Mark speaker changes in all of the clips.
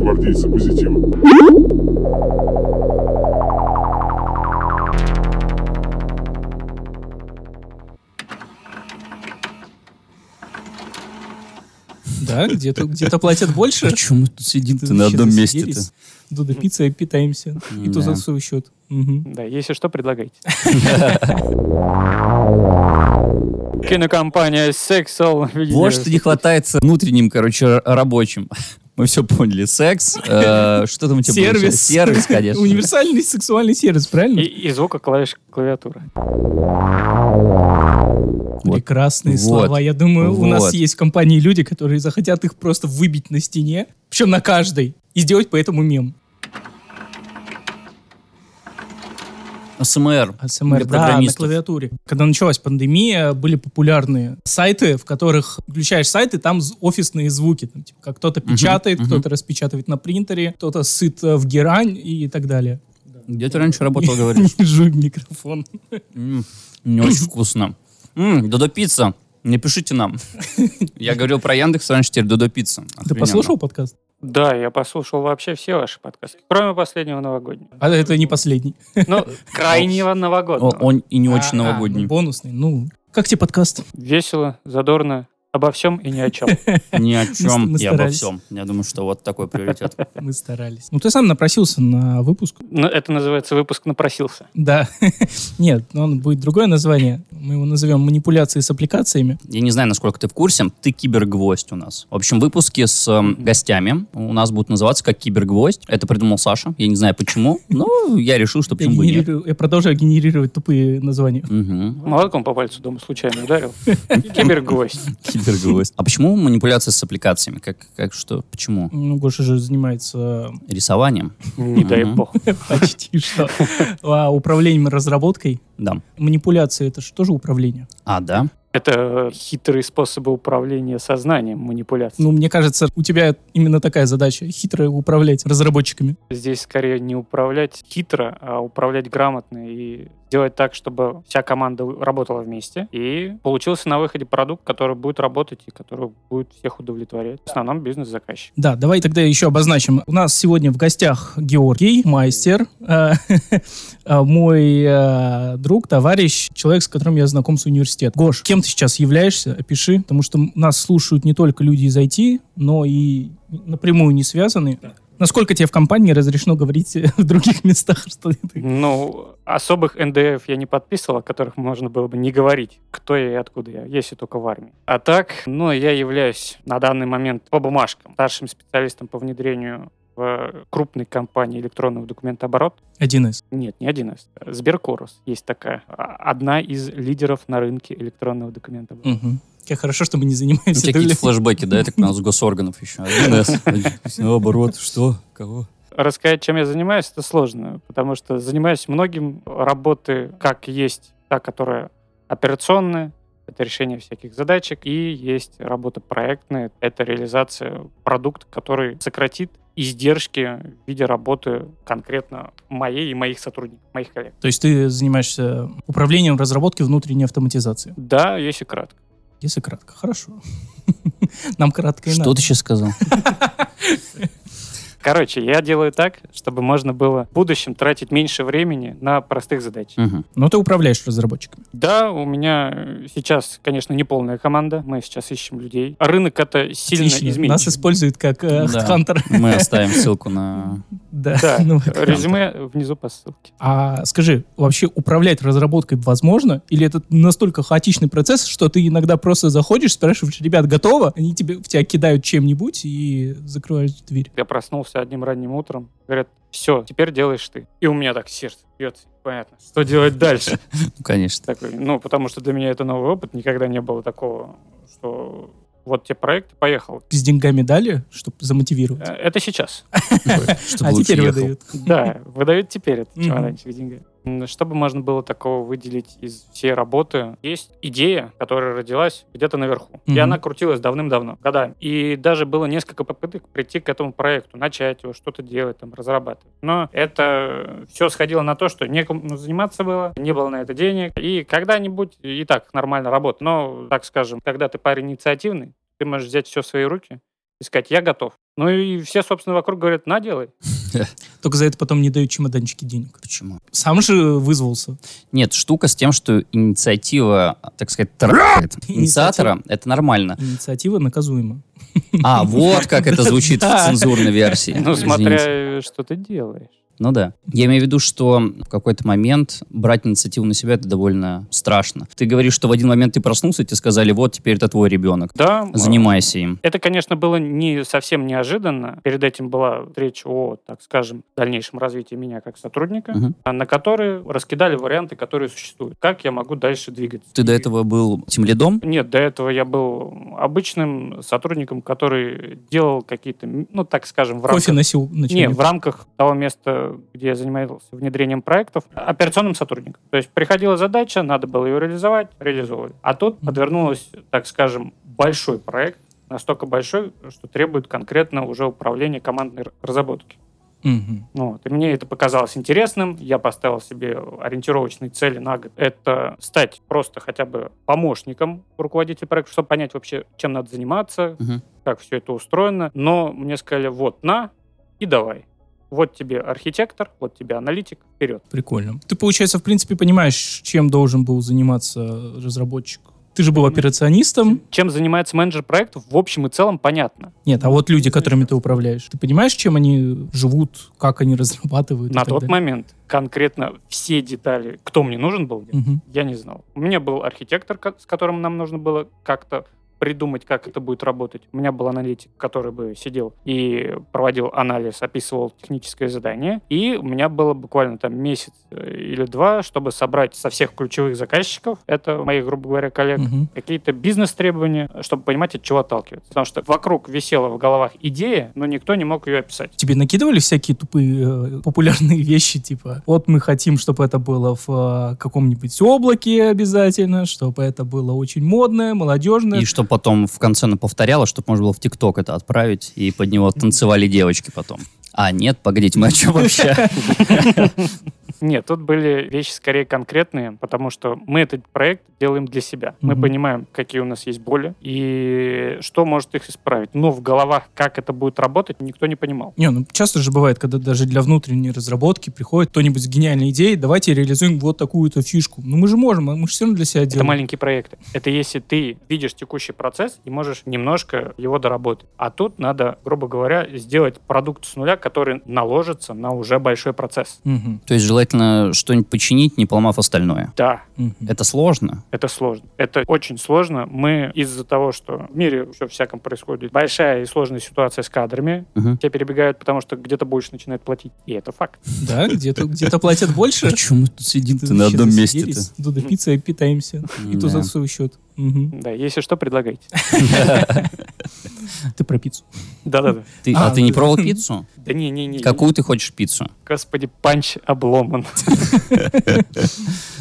Speaker 1: гвардейцы позитива.
Speaker 2: Да, где-то где платят больше.
Speaker 3: Почему мы тут сидим-то на
Speaker 2: Вообще
Speaker 3: одном
Speaker 2: засиделись.
Speaker 3: месте-то?
Speaker 2: Дуда пиццей питаемся. И
Speaker 3: Да.
Speaker 2: тут за свой счет. Мгм.
Speaker 4: Да, если что, предлагайте. Кинокомпания Sexual.
Speaker 3: Вот что не хватает с внутренним, короче, р- рабочим. Мы все поняли. Секс. э, Что там у тебя было?
Speaker 2: Сервис.
Speaker 3: Сервис, конечно.
Speaker 2: Универсальный сексуальный сервис,
Speaker 4: И,
Speaker 2: правильно?
Speaker 4: и звука клавиш клавиатуры.
Speaker 3: Вот.
Speaker 2: Прекрасные
Speaker 3: Вот.
Speaker 2: слова. Я думаю, у нас
Speaker 3: Вот.
Speaker 2: есть в компании люди, которые захотят их просто выбить на стене, причем на каждой, и сделать по этому мем.
Speaker 3: СМР.
Speaker 2: АСМР,
Speaker 3: Для
Speaker 2: да, на
Speaker 3: программистов.
Speaker 2: клавиатуре. Когда началась пандемия, были популярные сайты, в которых включаешь сайт, и там з- офисные звуки. Там, типа, как кто-то печатает,
Speaker 3: мгм.
Speaker 2: кто-то распечатывает на принтере, кто-то сыт э, в герань и так далее.
Speaker 3: Где ты раньше работал, говоришь?
Speaker 2: Не жуй в микрофон.
Speaker 3: М, Не очень вкусно. М, Додо пицца. Напишите нам. Я говорил про Яндекс раньше, теперь Додо пицца.
Speaker 2: Ты
Speaker 3: Охрененно.
Speaker 2: послушал подкаст?
Speaker 4: Да, я послушал вообще все ваши подкасты, кроме последнего новогоднего.
Speaker 2: А это не последний.
Speaker 4: Ну, крайнего
Speaker 3: О,
Speaker 4: новогоднего.
Speaker 3: Он и не очень
Speaker 2: А, а,
Speaker 3: новогодний.
Speaker 2: Бонусный. Ну, как тебе подкаст?
Speaker 4: Весело, задорно, обо всем и ни о чем.
Speaker 3: Ни о
Speaker 2: Мы
Speaker 3: чем
Speaker 2: с- мы
Speaker 3: и обо
Speaker 2: старались.
Speaker 3: всем. Я думаю, что вот такой приоритет.
Speaker 2: Мы старались. Ну, ты сам напросился на выпуск.
Speaker 4: Ну, это называется выпуск «Напросился».
Speaker 2: Да. Нет, но он будет другое название. Мы его назовем «Манипуляции с аппликациями».
Speaker 3: Я не знаю, насколько ты в курсе, ты кибергвоздь у нас. В общем, выпуски с эм, гостями у нас будут называться как кибергвоздь. Это придумал Саша. Я не знаю почему, но я решил, что
Speaker 2: Я,
Speaker 3: почему бы и нет.
Speaker 2: генерирую- я продолжаю генерировать тупые названия.
Speaker 3: Мгм.
Speaker 4: Молотком по пальцу дома случайно ударил. Кибергвоздь.
Speaker 3: Кибергвоздь. А почему манипуляция с аппликациями? Как, как что? Почему?
Speaker 2: Ну, Гоша же занимается
Speaker 3: Рисованием?
Speaker 4: Не дай
Speaker 3: Мгм.
Speaker 4: бог.
Speaker 2: почти что а, управлением и разработкой.
Speaker 3: Да.
Speaker 2: Манипуляции — это же тоже управление.
Speaker 3: А, да?
Speaker 4: Это хитрые способы управления сознанием, манипуляцией.
Speaker 2: Ну, мне кажется, у тебя именно такая задача — хитро управлять разработчиками.
Speaker 4: Здесь скорее не управлять хитро, а управлять грамотно и делать так, чтобы вся команда работала вместе. И получился на выходе продукт, который будет работать и который будет всех удовлетворять. В основном бизнес-заказчик.
Speaker 2: Да, давай тогда еще обозначим. У нас сегодня в гостях Георгий, майстер, э, э, мой э, друг, товарищ, человек, с которым я знаком с университета. Гош, кем ты сейчас являешься? Опиши, потому что нас слушают не только люди из IT, но и напрямую не связаны. Насколько тебе в компании разрешено говорить в других местах, что ты...
Speaker 4: Ну, особых НДФ я не подписывал, о которых можно было бы не говорить, кто я и откуда я, если только в армии. А так, ну, я являюсь на данный момент по бумажкам старшим специалистом по внедрению в крупной компании электронного документооборота.
Speaker 2: Один из.
Speaker 4: Нет, не один из. Сберкорус есть такая. А- Одна из лидеров на рынке электронного документа.
Speaker 2: Мгм. Как хорошо, что мы не
Speaker 3: У
Speaker 2: занимаемся
Speaker 3: тебя
Speaker 2: дубля-
Speaker 3: Ну, какие-то флешбеки, да? Это к нам с госорганов еще. 1С. Наоборот, что? Кого?
Speaker 4: Рассказать, чем я занимаюсь, это сложно, потому что занимаюсь многим работы, как есть та, которая операционная, это решение всяких задачек, и есть работа проектная, это реализация продукта, который сократит издержки в виде работы конкретно моей и моих сотрудников, моих коллег.
Speaker 2: То есть ты занимаешься управлением разработки внутренней автоматизации.
Speaker 4: Да, если кратко.
Speaker 2: Если кратко, хорошо. Нам кратко и
Speaker 3: Что
Speaker 2: надо.
Speaker 3: ты сейчас сказал?
Speaker 4: Короче, я делаю так, чтобы можно было в будущем тратить меньше времени на простых задач.
Speaker 3: Мгм.
Speaker 2: Но ты управляешь разработчиками.
Speaker 4: Да, у меня э, сейчас, конечно, не полная команда. Мы сейчас ищем людей. А Рынок это сильно
Speaker 2: Отлично. Нас
Speaker 4: изменится.
Speaker 2: используют как э,
Speaker 3: Да.
Speaker 2: хантер.
Speaker 3: Мы оставим ссылку на...
Speaker 2: Да.
Speaker 4: Да,
Speaker 2: Ну,
Speaker 4: резюме внизу по ссылке.
Speaker 2: а скажи, вообще управлять разработкой возможно? Или это настолько хаотичный процесс, что ты иногда просто заходишь, спрашиваешь, ребят, готово? Они тебе, в тебя кидают чем-нибудь и закрываешь дверь.
Speaker 4: Я проснулся одним ранним утром. Говорят, все, теперь делаешь ты. И у меня так сердце бьется. Понятно. Что делать дальше?
Speaker 3: Ну, конечно.
Speaker 4: Такой, ну, потому что для меня это новый опыт. Никогда не было такого, что вот тебе проект, поехал.
Speaker 2: С деньгами дали, чтобы
Speaker 4: Э,
Speaker 2: замотивировать.
Speaker 4: Это сейчас.
Speaker 2: А
Speaker 3: Чтобы лучше
Speaker 2: теперь
Speaker 3: ехал.
Speaker 2: выдают.
Speaker 4: Да, выдают теперь этот
Speaker 2: Мгм.
Speaker 4: чемоданчик с деньгами. М, Чтобы можно было такого выделить из всей работы, есть идея, которая родилась где-то наверху. И
Speaker 2: Мгм.
Speaker 4: она крутилась давным-давно, годами. И даже было несколько попыток прийти к этому проекту, начать его, что-то делать, там, разрабатывать. Но это все сходило на то, что некому заниматься было, не было на это денег. И когда-нибудь и так нормально работать. Но, так скажем, когда ты парень инициативный, ты можешь взять все в свои руки и сказать, я готов. Ну и все, собственно, вокруг говорят, на, делай.
Speaker 2: Только за это потом не дают чемоданчики денег.
Speaker 3: Почему?
Speaker 2: Сам же вызвался.
Speaker 3: Нет, штука с тем, что инициатива, так сказать, трахает инициатора, это нормально.
Speaker 2: Инициатива наказуема.
Speaker 3: А, вот как это звучит в
Speaker 2: Да.
Speaker 3: цензурной версии.
Speaker 4: Ну,
Speaker 3: Э, Извините.
Speaker 4: смотря, что ты делаешь.
Speaker 3: Ну да. Я имею в виду, что в какой-то момент брать инициативу на себя это довольно страшно. Ты говоришь, что в один момент ты проснулся, и тебе сказали, вот теперь это твой ребенок.
Speaker 4: Да.
Speaker 3: Занимайся им.
Speaker 4: Это, конечно, было не совсем неожиданно. Перед этим была речь о, так скажем, дальнейшем развитии меня как сотрудника,
Speaker 3: Мгм.
Speaker 4: а на которые раскидали варианты, которые существуют. Как я могу дальше двигаться?
Speaker 3: Ты до этого был тем лидом?
Speaker 4: Нет, до этого я был обычным сотрудником, который делал какие-то, ну, так скажем, в
Speaker 2: Кофе
Speaker 4: рамках...
Speaker 2: носил на
Speaker 4: Не, в
Speaker 2: чем-нибудь.
Speaker 4: рамках того места, где я занимался внедрением проектов, операционным сотрудником. То есть приходила задача, надо было ее реализовать, реализовывали. А тут подвернулось, так скажем, большой проект, настолько большой, что требует конкретно уже управления командной р- разработки.
Speaker 2: Мгм.
Speaker 4: Ну Вот. И мне это показалось интересным. Я поставил себе ориентировочные цели на год. Это стать просто хотя бы помощником руководителя проекта, чтобы понять вообще, чем надо заниматься,
Speaker 3: Мгм.
Speaker 4: как все это устроено. Но мне сказали, вот, на, и давай. Вот тебе архитектор, вот тебе аналитик, вперед.
Speaker 2: Прикольно. Ты, получается, в принципе, понимаешь, чем должен был заниматься разработчик. Ты же был операционистом.
Speaker 4: Чем занимается менеджер проектов, в общем и целом понятно.
Speaker 2: Нет, а вот люди, которыми ты управляешь, ты понимаешь, чем они живут, как они разрабатывают? и
Speaker 4: на
Speaker 2: так
Speaker 4: тот
Speaker 2: далее?
Speaker 4: момент конкретно все детали, кто мне нужен был,
Speaker 2: Мгм.
Speaker 4: Я не знал. У меня был архитектор, ко- с которым нам нужно было как-то придумать, как это будет работать. У меня был аналитик, который бы сидел и проводил анализ, описывал техническое задание. И у меня было буквально там месяц э, или два, чтобы собрать со всех ключевых заказчиков, это моих, грубо говоря, коллег,
Speaker 2: Мгм.
Speaker 4: какие-то бизнес-требования, чтобы понимать, от чего отталкиваться. Потому что вокруг висела в головах идея, но никто не мог ее описать.
Speaker 2: Тебе накидывали всякие тупые э, популярные вещи, типа, вот мы хотим, чтобы это было в э, каком-нибудь облаке обязательно, чтобы это было очень модное, молодежное.
Speaker 3: И что потом в конце она повторяла, чтобы можно было в ТикТок это отправить, и под него танцевали девочки потом. А, нет, погодите, мы о чем вообще?
Speaker 4: Нет, тут были вещи скорее конкретные, потому что мы этот проект делаем для себя. Мы
Speaker 2: Мгм.
Speaker 4: понимаем, какие у нас есть боли и что может их исправить. Но в головах, как это будет работать, никто не понимал.
Speaker 2: Не, ну часто же бывает, когда даже для внутренней разработки приходит кто-нибудь с гениальной идеей, давайте реализуем вот такую-то фишку. Ну мы же можем, а мы же все равно для себя
Speaker 4: Это
Speaker 2: делаем.
Speaker 4: маленькие проекты. Это если ты видишь текущий процесс и можешь немножко его доработать. А тут надо, грубо говоря, сделать продукт с нуля, который наложится на уже большой процесс.
Speaker 2: Мгм,
Speaker 3: То есть желательно что-нибудь починить, не поломав остальное.
Speaker 4: Да,
Speaker 2: мгм.
Speaker 3: Это сложно.
Speaker 4: Это сложно. Это очень сложно. Мы из-за того, что в мире все всяком происходит, большая и сложная ситуация с кадрами,
Speaker 3: Мгм.
Speaker 4: тебя перебегают, потому что где-то больше начинает платить. И это факт.
Speaker 2: Да, где-то где-то платят больше.
Speaker 3: Почему тут сидим
Speaker 2: Ты Дуда пиццей питаемся. И тут за свой счет. Мгм.
Speaker 4: Да, если что, предлагайте.
Speaker 2: Ты про пиццу.
Speaker 4: Да-да-да.
Speaker 3: Ты- а
Speaker 2: А,
Speaker 3: ты не
Speaker 2: да.
Speaker 3: пробовал пиццу?
Speaker 4: Да не-не-не.
Speaker 3: Какую ты хочешь пиццу?
Speaker 4: Господи, панч обломан.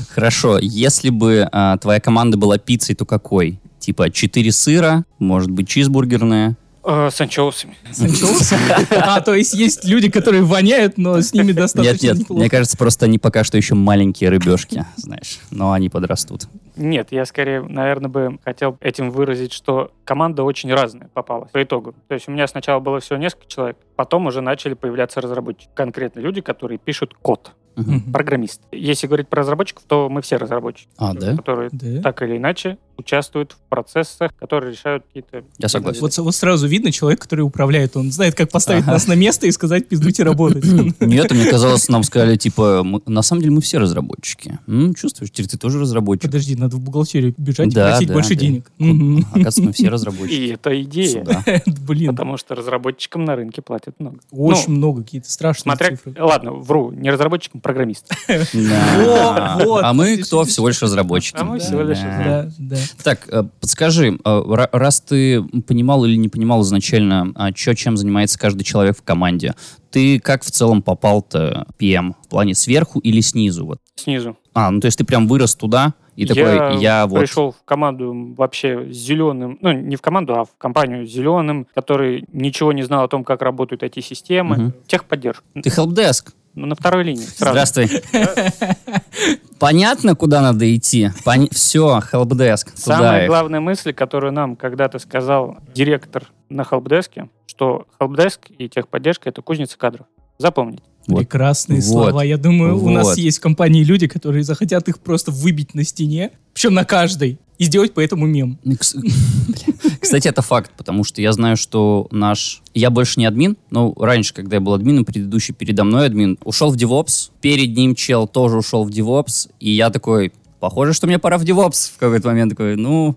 Speaker 3: Хорошо, если бы а, твоя команда была пиццей, то какой? Типа 4 сыра, может быть, чизбургерная.
Speaker 4: Э, С анчоусами.
Speaker 2: С анчоусом? А, то есть есть люди, которые воняют, но с ними
Speaker 3: Нет,
Speaker 2: достаточно
Speaker 3: нет, мне
Speaker 2: неплохо.
Speaker 3: кажется, просто они пока что еще маленькие рыбешки, знаешь, но они подрастут.
Speaker 4: Нет, я скорее, наверное, бы хотел этим выразить, что команда очень разная попалась по итогу. То есть у меня сначала было всего несколько человек, потом уже начали появляться разработчики. Конкретно люди, которые пишут код.
Speaker 3: Мгм.
Speaker 2: Мгм.
Speaker 4: Программист. Если говорить про разработчиков, то мы все разработчики,
Speaker 3: А, да?
Speaker 4: которые
Speaker 2: Да.
Speaker 4: так или иначе участвуют в процессах, которые решают какие-то...
Speaker 3: Я согласен.
Speaker 2: Вот, с- вот сразу видно, человек, который управляет, он знает, как поставить
Speaker 3: Ага.
Speaker 2: нас на место и сказать, пиздуйте работать.
Speaker 3: Нет, мне казалось, нам сказали, типа, мы- на самом деле мы все разработчики. М, чувствуешь, теперь ты тоже разработчик.
Speaker 2: Подожди, надо в бухгалтерию бежать
Speaker 3: Да,
Speaker 2: и просить
Speaker 3: да,
Speaker 2: больше
Speaker 3: да.
Speaker 2: денег.
Speaker 3: Ку-
Speaker 2: Мгм.
Speaker 3: Оказывается, мы все разработчики.
Speaker 4: И это идея.
Speaker 3: Сюда.
Speaker 2: Блин,
Speaker 4: Потому что разработчикам на рынке платят много.
Speaker 2: очень
Speaker 4: Ну,
Speaker 2: много, какие-то страшные
Speaker 4: смотря...
Speaker 2: цифры.
Speaker 4: Ладно, вру, не разработчикам, а программистам.
Speaker 3: Да.
Speaker 2: Вот, вот.
Speaker 3: А мы кто? Всего лишь разработчики.
Speaker 4: А мы всего лишь
Speaker 3: Да.
Speaker 2: Да, да.
Speaker 3: Так, э, подскажи, э, ра- раз ты понимал или не понимал изначально, что чем занимается каждый человек в команде, ты как в целом попал-то PM? В плане сверху или снизу? Вот.
Speaker 4: Снизу.
Speaker 3: А, ну то есть ты прям вырос туда и такой, я вот...
Speaker 4: пришел в команду вообще с зеленым, ну, не в команду, а в компанию с зеленым, который ничего не знал о том, как работают эти системы
Speaker 3: Мгм.
Speaker 4: Техподдержка.
Speaker 3: Ты хелпдеск.
Speaker 4: ну, на второй линии сразу.
Speaker 3: Здравствуй. Понятно, куда надо идти? Пон- Все, helpdesk, туда
Speaker 4: Самая
Speaker 3: их.
Speaker 4: главная мысль, которую нам когда-то сказал директор на хелпдеске, что хелпдеск и техподдержка — это кузница кадров. Запомните.
Speaker 3: Вот.
Speaker 2: Прекрасные
Speaker 3: Вот.
Speaker 2: слова. Я думаю, у нас
Speaker 3: Вот.
Speaker 2: есть в компании люди, которые захотят их просто выбить на стене, причем на каждой, и сделать по этому мем.
Speaker 3: Ну, кс- Бля. Кстати, это факт, потому что я знаю, что наш... Я больше не админ, но раньше, когда я был админом, предыдущий передо мной админ ушел в DevOps, перед ним чел тоже ушел в DevOps, и я такой, похоже, что мне пора в DevOps в какой-то момент. Такой, ну,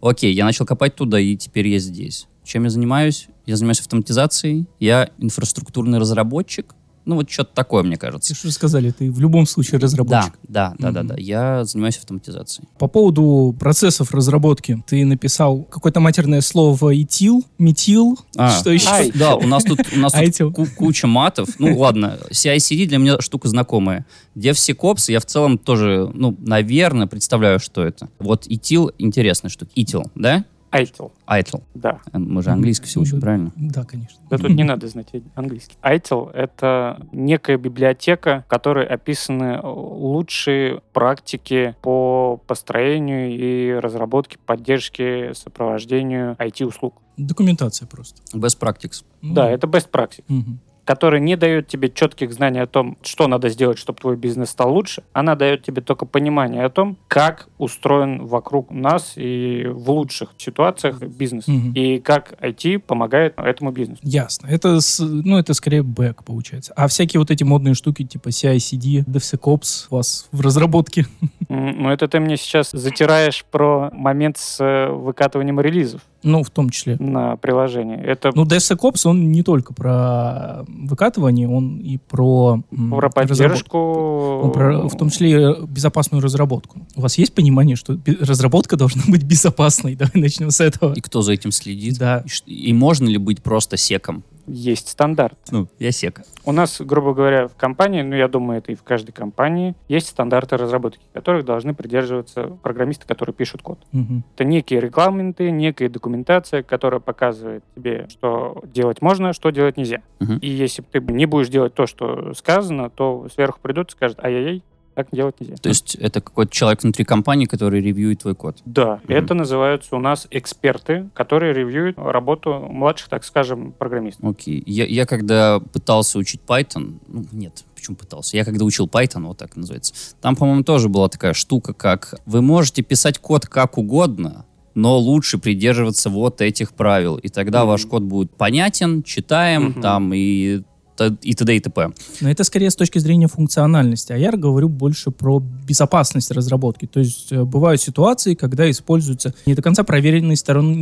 Speaker 3: окей, я начал копать туда, и теперь я здесь. Чем я занимаюсь? Я занимаюсь автоматизацией, я инфраструктурный разработчик, ну вот что-то такое, мне
Speaker 2: Ты
Speaker 3: кажется.
Speaker 2: что сказали, ты в любом случае разработчик.
Speaker 3: Да, да, да, да,
Speaker 2: Мгм.
Speaker 3: да. Я занимаюсь автоматизацией.
Speaker 2: По поводу процессов разработки, ты написал какое-то матерное слово «этил», «метил»,
Speaker 3: А.
Speaker 2: что еще?
Speaker 4: Ай.
Speaker 3: Да, у нас тут, у нас тут
Speaker 2: Айтил.
Speaker 3: ку- куча матов. Ну ладно, CICD для меня штука знакомая. DevSecOps я в целом тоже, ну, наверное, представляю, что это. Вот ITIL интересная штука. ITIL, да?
Speaker 4: ITIL,
Speaker 3: ITIL.
Speaker 4: да.
Speaker 3: Э, Мы же английский все учим,
Speaker 2: Да.
Speaker 3: правильно?
Speaker 2: Да, конечно.
Speaker 4: Да тут не надо знать английский. ITIL — это некая библиотека, в которой описаны лучшие практики по построению и разработке, поддержке, сопровождению IT-услуг.
Speaker 2: Документация просто.
Speaker 3: Best practices.
Speaker 2: Ну,
Speaker 4: Да, это best practice.
Speaker 2: мгм.
Speaker 4: которая не дает тебе четких знаний о том, что надо сделать, чтобы твой бизнес стал лучше. Она дает тебе только понимание о том, как устроен вокруг нас и в лучших ситуациях бизнес.
Speaker 2: Мгм.
Speaker 4: И как IT помогает этому бизнесу.
Speaker 2: Ясно. Это, с- ну, это скорее бэк получается. А всякие вот эти модные штуки типа CI/CD, DevSecOps у вас в разработке.
Speaker 4: М, Но это ты мне сейчас затираешь про момент с э, выкатыванием релизов
Speaker 2: Ну, в том числе.
Speaker 4: на приложении. Это
Speaker 2: Ну, DevSecOps, он не только про выкатывание, он и про... м,
Speaker 4: про
Speaker 2: разработку.
Speaker 4: поддержку.
Speaker 2: Он Ну, про- в том числе и э, безопасную разработку. У вас есть понимание, что бе- разработка должна быть безопасной? Давай начнем с этого.
Speaker 3: И кто за этим следит?
Speaker 2: Да.
Speaker 3: И ш- И можно ли быть просто секом?
Speaker 4: Есть стандарт.
Speaker 3: Ну, я сека.
Speaker 4: У нас, грубо говоря, в компании, ну, я думаю, это и в каждой компании, есть стандарты разработки, которых должны придерживаться программисты, которые пишут код.
Speaker 2: Мгм.
Speaker 4: Это некие регламенты, некая документация, которая показывает тебе, что делать можно, а что делать нельзя.
Speaker 3: Мгм.
Speaker 4: И если ты не будешь делать то, что сказано, то сверху придут и скажут, ай-яй-яй, так делать нельзя.
Speaker 2: Ну.
Speaker 3: То есть это какой-то человек внутри компании, который ревьюет твой код.
Speaker 4: Да,
Speaker 3: Мгм.
Speaker 4: это называются у нас эксперты, которые ревьюют работу младших, так скажем, программистов.
Speaker 3: Окей. Я, я когда пытался учить Python, ну, нет, почему пытался? Я когда учил Python, вот так называется, там, по-моему, тоже была такая штука, как вы можете писать код как угодно, но лучше придерживаться вот этих правил, и тогда
Speaker 4: Мгм.
Speaker 3: ваш код будет понятен, читаем,
Speaker 4: Мгм.
Speaker 3: там, и т- и т.д. и т.п.
Speaker 2: Но это скорее с точки зрения функциональности, а я говорю больше про безопасность разработки. То есть э, бывают ситуации, когда используются не до конца проверенные стороны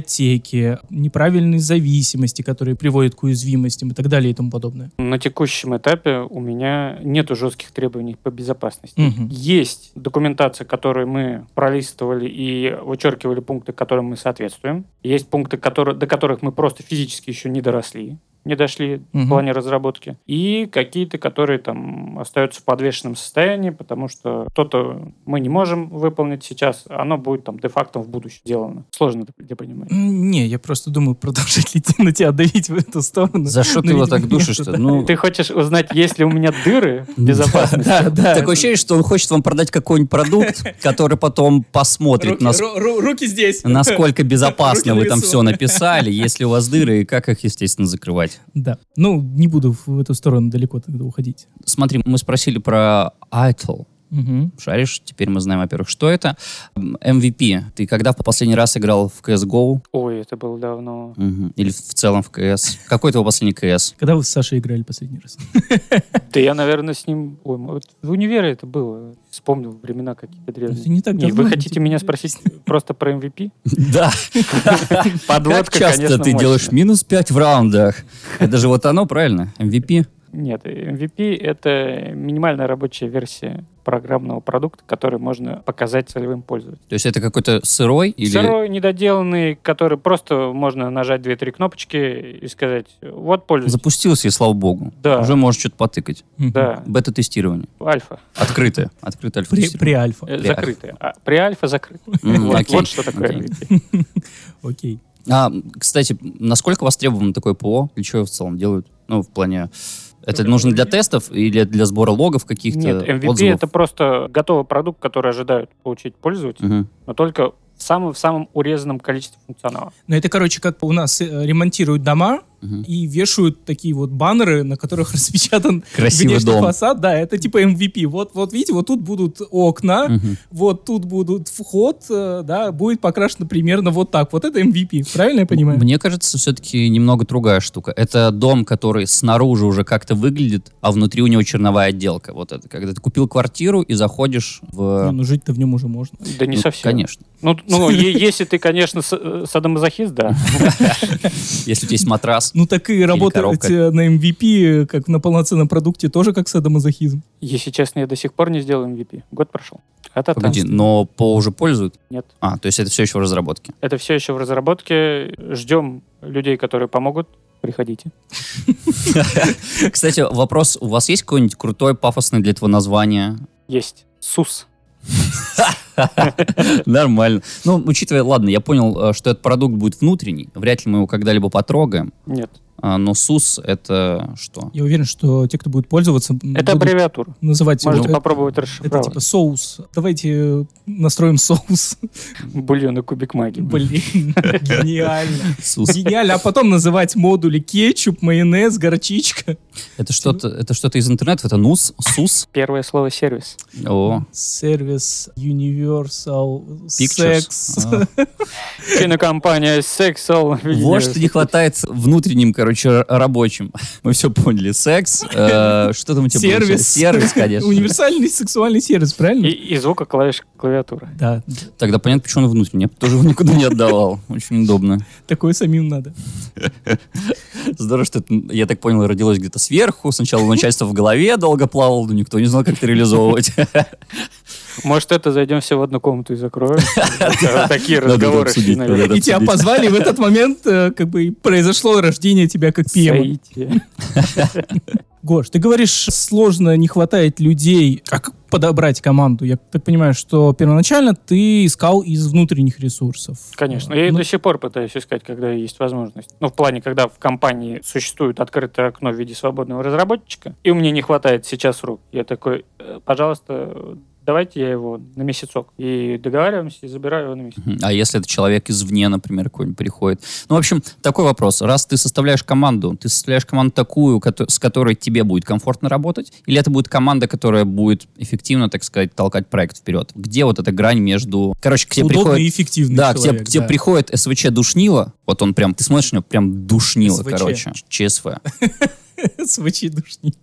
Speaker 2: библиотеки, неправильные зависимости, которые приводят к уязвимостям и так далее и тому подобное.
Speaker 4: На текущем этапе у меня нету жестких требований по безопасности.
Speaker 2: Мгм.
Speaker 4: Есть документация, которую мы пролистывали и вычеркивали пункты, которым мы соответствуем. Есть пункты, которые, до которых мы просто физически еще не доросли, не дошли в
Speaker 2: Мгм.
Speaker 4: плане разработки. И какие-то, которые там остаются в подвешенном состоянии, потому что что-то мы не можем выполнить сейчас, а оно будет там де-факто в будущем сделано. Сложно это для понимания.
Speaker 2: М, Не, я просто думаю продолжать ли на тебя давить в эту сторону.
Speaker 3: За что
Speaker 2: Ну,
Speaker 3: ты его
Speaker 2: видимо,
Speaker 3: так душишь-то?
Speaker 2: нет,
Speaker 3: Ну,
Speaker 4: Ты хочешь узнать, есть ли у меня дыры в безопасности?
Speaker 2: Да, да.
Speaker 3: Такое ощущение, что он хочет вам продать какой-нибудь продукт, который потом посмотрит,
Speaker 2: Руки,
Speaker 3: нас.
Speaker 2: ру- ру- руки здесь.
Speaker 3: насколько безопасно
Speaker 2: Руки
Speaker 3: вы там
Speaker 2: лицо.
Speaker 3: все написали, если у вас дыры, и как их, естественно, закрывать.
Speaker 2: Да. Ну, не буду в эту сторону далеко тогда уходить.
Speaker 3: Смотри, мы спросили про ITIL.
Speaker 2: Мгм.
Speaker 3: Шаришь, теперь мы знаем, во-первых, что это. М, MVP. Ты когда в последний раз играл в CSGO?
Speaker 4: Ой, это было давно.
Speaker 3: Мгм. Или в целом в CS? Какой твой последний CS?
Speaker 2: Когда вы с Сашей играли последний раз?
Speaker 4: Да я, наверное, с ним... Ой, м- вот в универе это было. Вспомнил времена какие-то
Speaker 2: Это
Speaker 4: древние.
Speaker 2: не так
Speaker 4: И
Speaker 2: давно.
Speaker 4: вы
Speaker 2: это
Speaker 4: хотите
Speaker 2: типа-
Speaker 4: меня спросить просто про MVP?
Speaker 3: Да. Как
Speaker 4: Подводка,
Speaker 3: часто
Speaker 4: конечно,
Speaker 3: ты
Speaker 4: мощная.
Speaker 3: делаешь минус 5 в раундах? Это же вот оно, правильно? MVP?
Speaker 4: Нет, MVP — это минимальная рабочая версия программного продукта, который можно показать целевым пользователям.
Speaker 3: То есть это какой-то сырой? или
Speaker 4: Сырой, недоделанный, который просто можно нажать две-три кнопочки и сказать, вот пользуйся.
Speaker 3: Запустился, и слава богу.
Speaker 4: Да.
Speaker 3: Уже можешь что-то потыкать.
Speaker 2: Мгм.
Speaker 4: Да,
Speaker 3: Бета-тестирование.
Speaker 4: альфа,
Speaker 3: Открытое. Открытое
Speaker 2: При,
Speaker 3: альфа-тестирование.
Speaker 2: при альфа.
Speaker 4: э,
Speaker 3: При
Speaker 4: закрытая. А, при альфа закрытая.
Speaker 3: Мгм,
Speaker 4: Вот,
Speaker 3: окей,
Speaker 4: вот что такое
Speaker 3: окей.
Speaker 4: MVP.
Speaker 2: Окей.
Speaker 3: А, кстати, насколько востребовано такое ПО? Для чего его в целом делают? Ну, в плане Это нужно для тестов или для сбора логов каких-то
Speaker 4: Нет, MVP
Speaker 3: отзывов?
Speaker 4: это просто готовый продукт, который ожидают получить пользователи,
Speaker 3: Мгм.
Speaker 4: но только в самом, в самом урезанном количестве функционала.
Speaker 2: Ну, это, короче, как у нас э, ремонтируют дома
Speaker 3: Мгм.
Speaker 2: и вешают такие вот баннеры, на которых распечатан
Speaker 3: Красивый
Speaker 2: внешний
Speaker 3: дом.
Speaker 2: фасад. Да, это типа MVP. Вот, вот видите, вот тут будут окна,
Speaker 3: Мгм.
Speaker 2: вот тут будут вход, э, да, будет покрашено примерно вот так. Вот это MVP, правильно я понимаю?
Speaker 3: Мне кажется, все-таки немного другая штука. Это дом, который снаружи уже как-то выглядит, а внутри у него черновая отделка. Вот это, когда ты купил квартиру и заходишь
Speaker 2: Не,
Speaker 3: в...
Speaker 2: ну жить-то в нем уже можно.
Speaker 4: Да не
Speaker 3: Ну,
Speaker 4: совсем.
Speaker 3: Конечно.
Speaker 4: Ну, ну, е- если ты, конечно, с- э, садомазохист, да.
Speaker 3: Если у тебя есть матрас.
Speaker 2: Ну так и работать
Speaker 3: коробка.
Speaker 2: э, на MVP, э, как на полноценном продукте, тоже как садомазохизм.
Speaker 4: Если честно, я до сих пор не сделал MVP. Год прошел. Это там
Speaker 3: Погоди, но по уже пользуют?
Speaker 4: нет.
Speaker 3: А, то есть это все еще в разработке.
Speaker 4: Это все еще в разработке. Ждем людей, которые помогут. Приходите.
Speaker 3: Кстати, вопрос. У вас есть какое-нибудь крутое, пафосное для этого название?
Speaker 4: Есть. СУС.
Speaker 3: Нормально. Ну, учитывая, ладно, я понял, э, что этот продукт будет внутренний. Вряд ли мы его когда-либо потрогаем.
Speaker 4: Нет.
Speaker 3: А, Но СУС — это что?
Speaker 2: Я уверен, что те, кто будет пользоваться, м,
Speaker 3: Ну,
Speaker 4: Это
Speaker 2: будут
Speaker 4: аббревиатура.
Speaker 2: называть
Speaker 4: Можете
Speaker 2: его-
Speaker 4: попробовать
Speaker 2: Это
Speaker 4: расшифровать.
Speaker 2: типа соус. Давайте э, настроим соус.
Speaker 4: Бульон и кубик магии.
Speaker 2: Блин, гениально.
Speaker 3: СУС.
Speaker 2: Гениально. А потом называть модули кетчуп, майонез, горчичка.
Speaker 3: Это что-то, это что-то из интернета? Это НУС? СУС?
Speaker 4: Первое слово сервис.
Speaker 3: О,
Speaker 2: Сервис Universal
Speaker 3: Pictures.
Speaker 2: Sex.
Speaker 3: А.
Speaker 4: Кинокомпания Sexual.
Speaker 3: Вот что не хватает внутренним, короче, р- рабочим. Мы все поняли. Секс, э, что там у тебя было
Speaker 2: Сервис.
Speaker 3: еще? Сервис, конечно.
Speaker 2: Универсальный сексуальный сервис, правильно?
Speaker 4: И, и звука клавиш клавиатуры.
Speaker 2: Да,
Speaker 3: Тогда понятно, почему он внутренний. Я бы тоже его никуда не отдавал. Очень удобно.
Speaker 2: такое самим надо.
Speaker 3: Здорово, что это, я так понял, родилось где-то сверху. Сначала у начальства в голове долго плавало, но никто не знал, как это реализовывать.
Speaker 4: Может, это зайдем все в одну комнату и закроем? Такие
Speaker 3: Надо это
Speaker 4: разговоры
Speaker 3: обсудить,
Speaker 4: шли,
Speaker 3: надо
Speaker 4: наверное.
Speaker 3: это
Speaker 2: И тебя
Speaker 3: обсудить.
Speaker 2: позвали, и в этот момент э, как бы и произошло рождение тебя как PM.
Speaker 4: Сойти.
Speaker 2: Гош, ты говоришь, сложно, не хватает людей. А как подобрать команду? Я так понимаю, что первоначально ты искал из внутренних ресурсов.
Speaker 4: Конечно. Я и
Speaker 2: Ну,
Speaker 4: до сих пор пытаюсь искать, когда есть возможность. Ну, в плане, когда в компании существует открытое окно в виде свободного разработчика, и мне не хватает сейчас рук. Я такой, «Э, пожалуйста, э, давайте я его на месяцок. И договариваемся, и забираю его на месяц.
Speaker 3: Мгм. А если это человек извне, например, какой-нибудь приходит? Ну, в общем, такой вопрос. Раз ты составляешь команду, ты составляешь команду такую, кото- с которой тебе будет комфортно работать, или это будет команда, которая будет эффективно, так сказать, толкать проект вперед? Где вот эта грань между... Короче, к тебе
Speaker 2: Удобный
Speaker 3: приходит...
Speaker 2: и эффективный
Speaker 3: Да, к тебе,
Speaker 2: человек.
Speaker 3: к тебе
Speaker 2: да.
Speaker 3: приходит СВЧ душнило, вот он прям, ты смотришь на него, прям душнило,
Speaker 2: СВЧ.
Speaker 3: короче, ЧСВ.
Speaker 2: Свечи душни.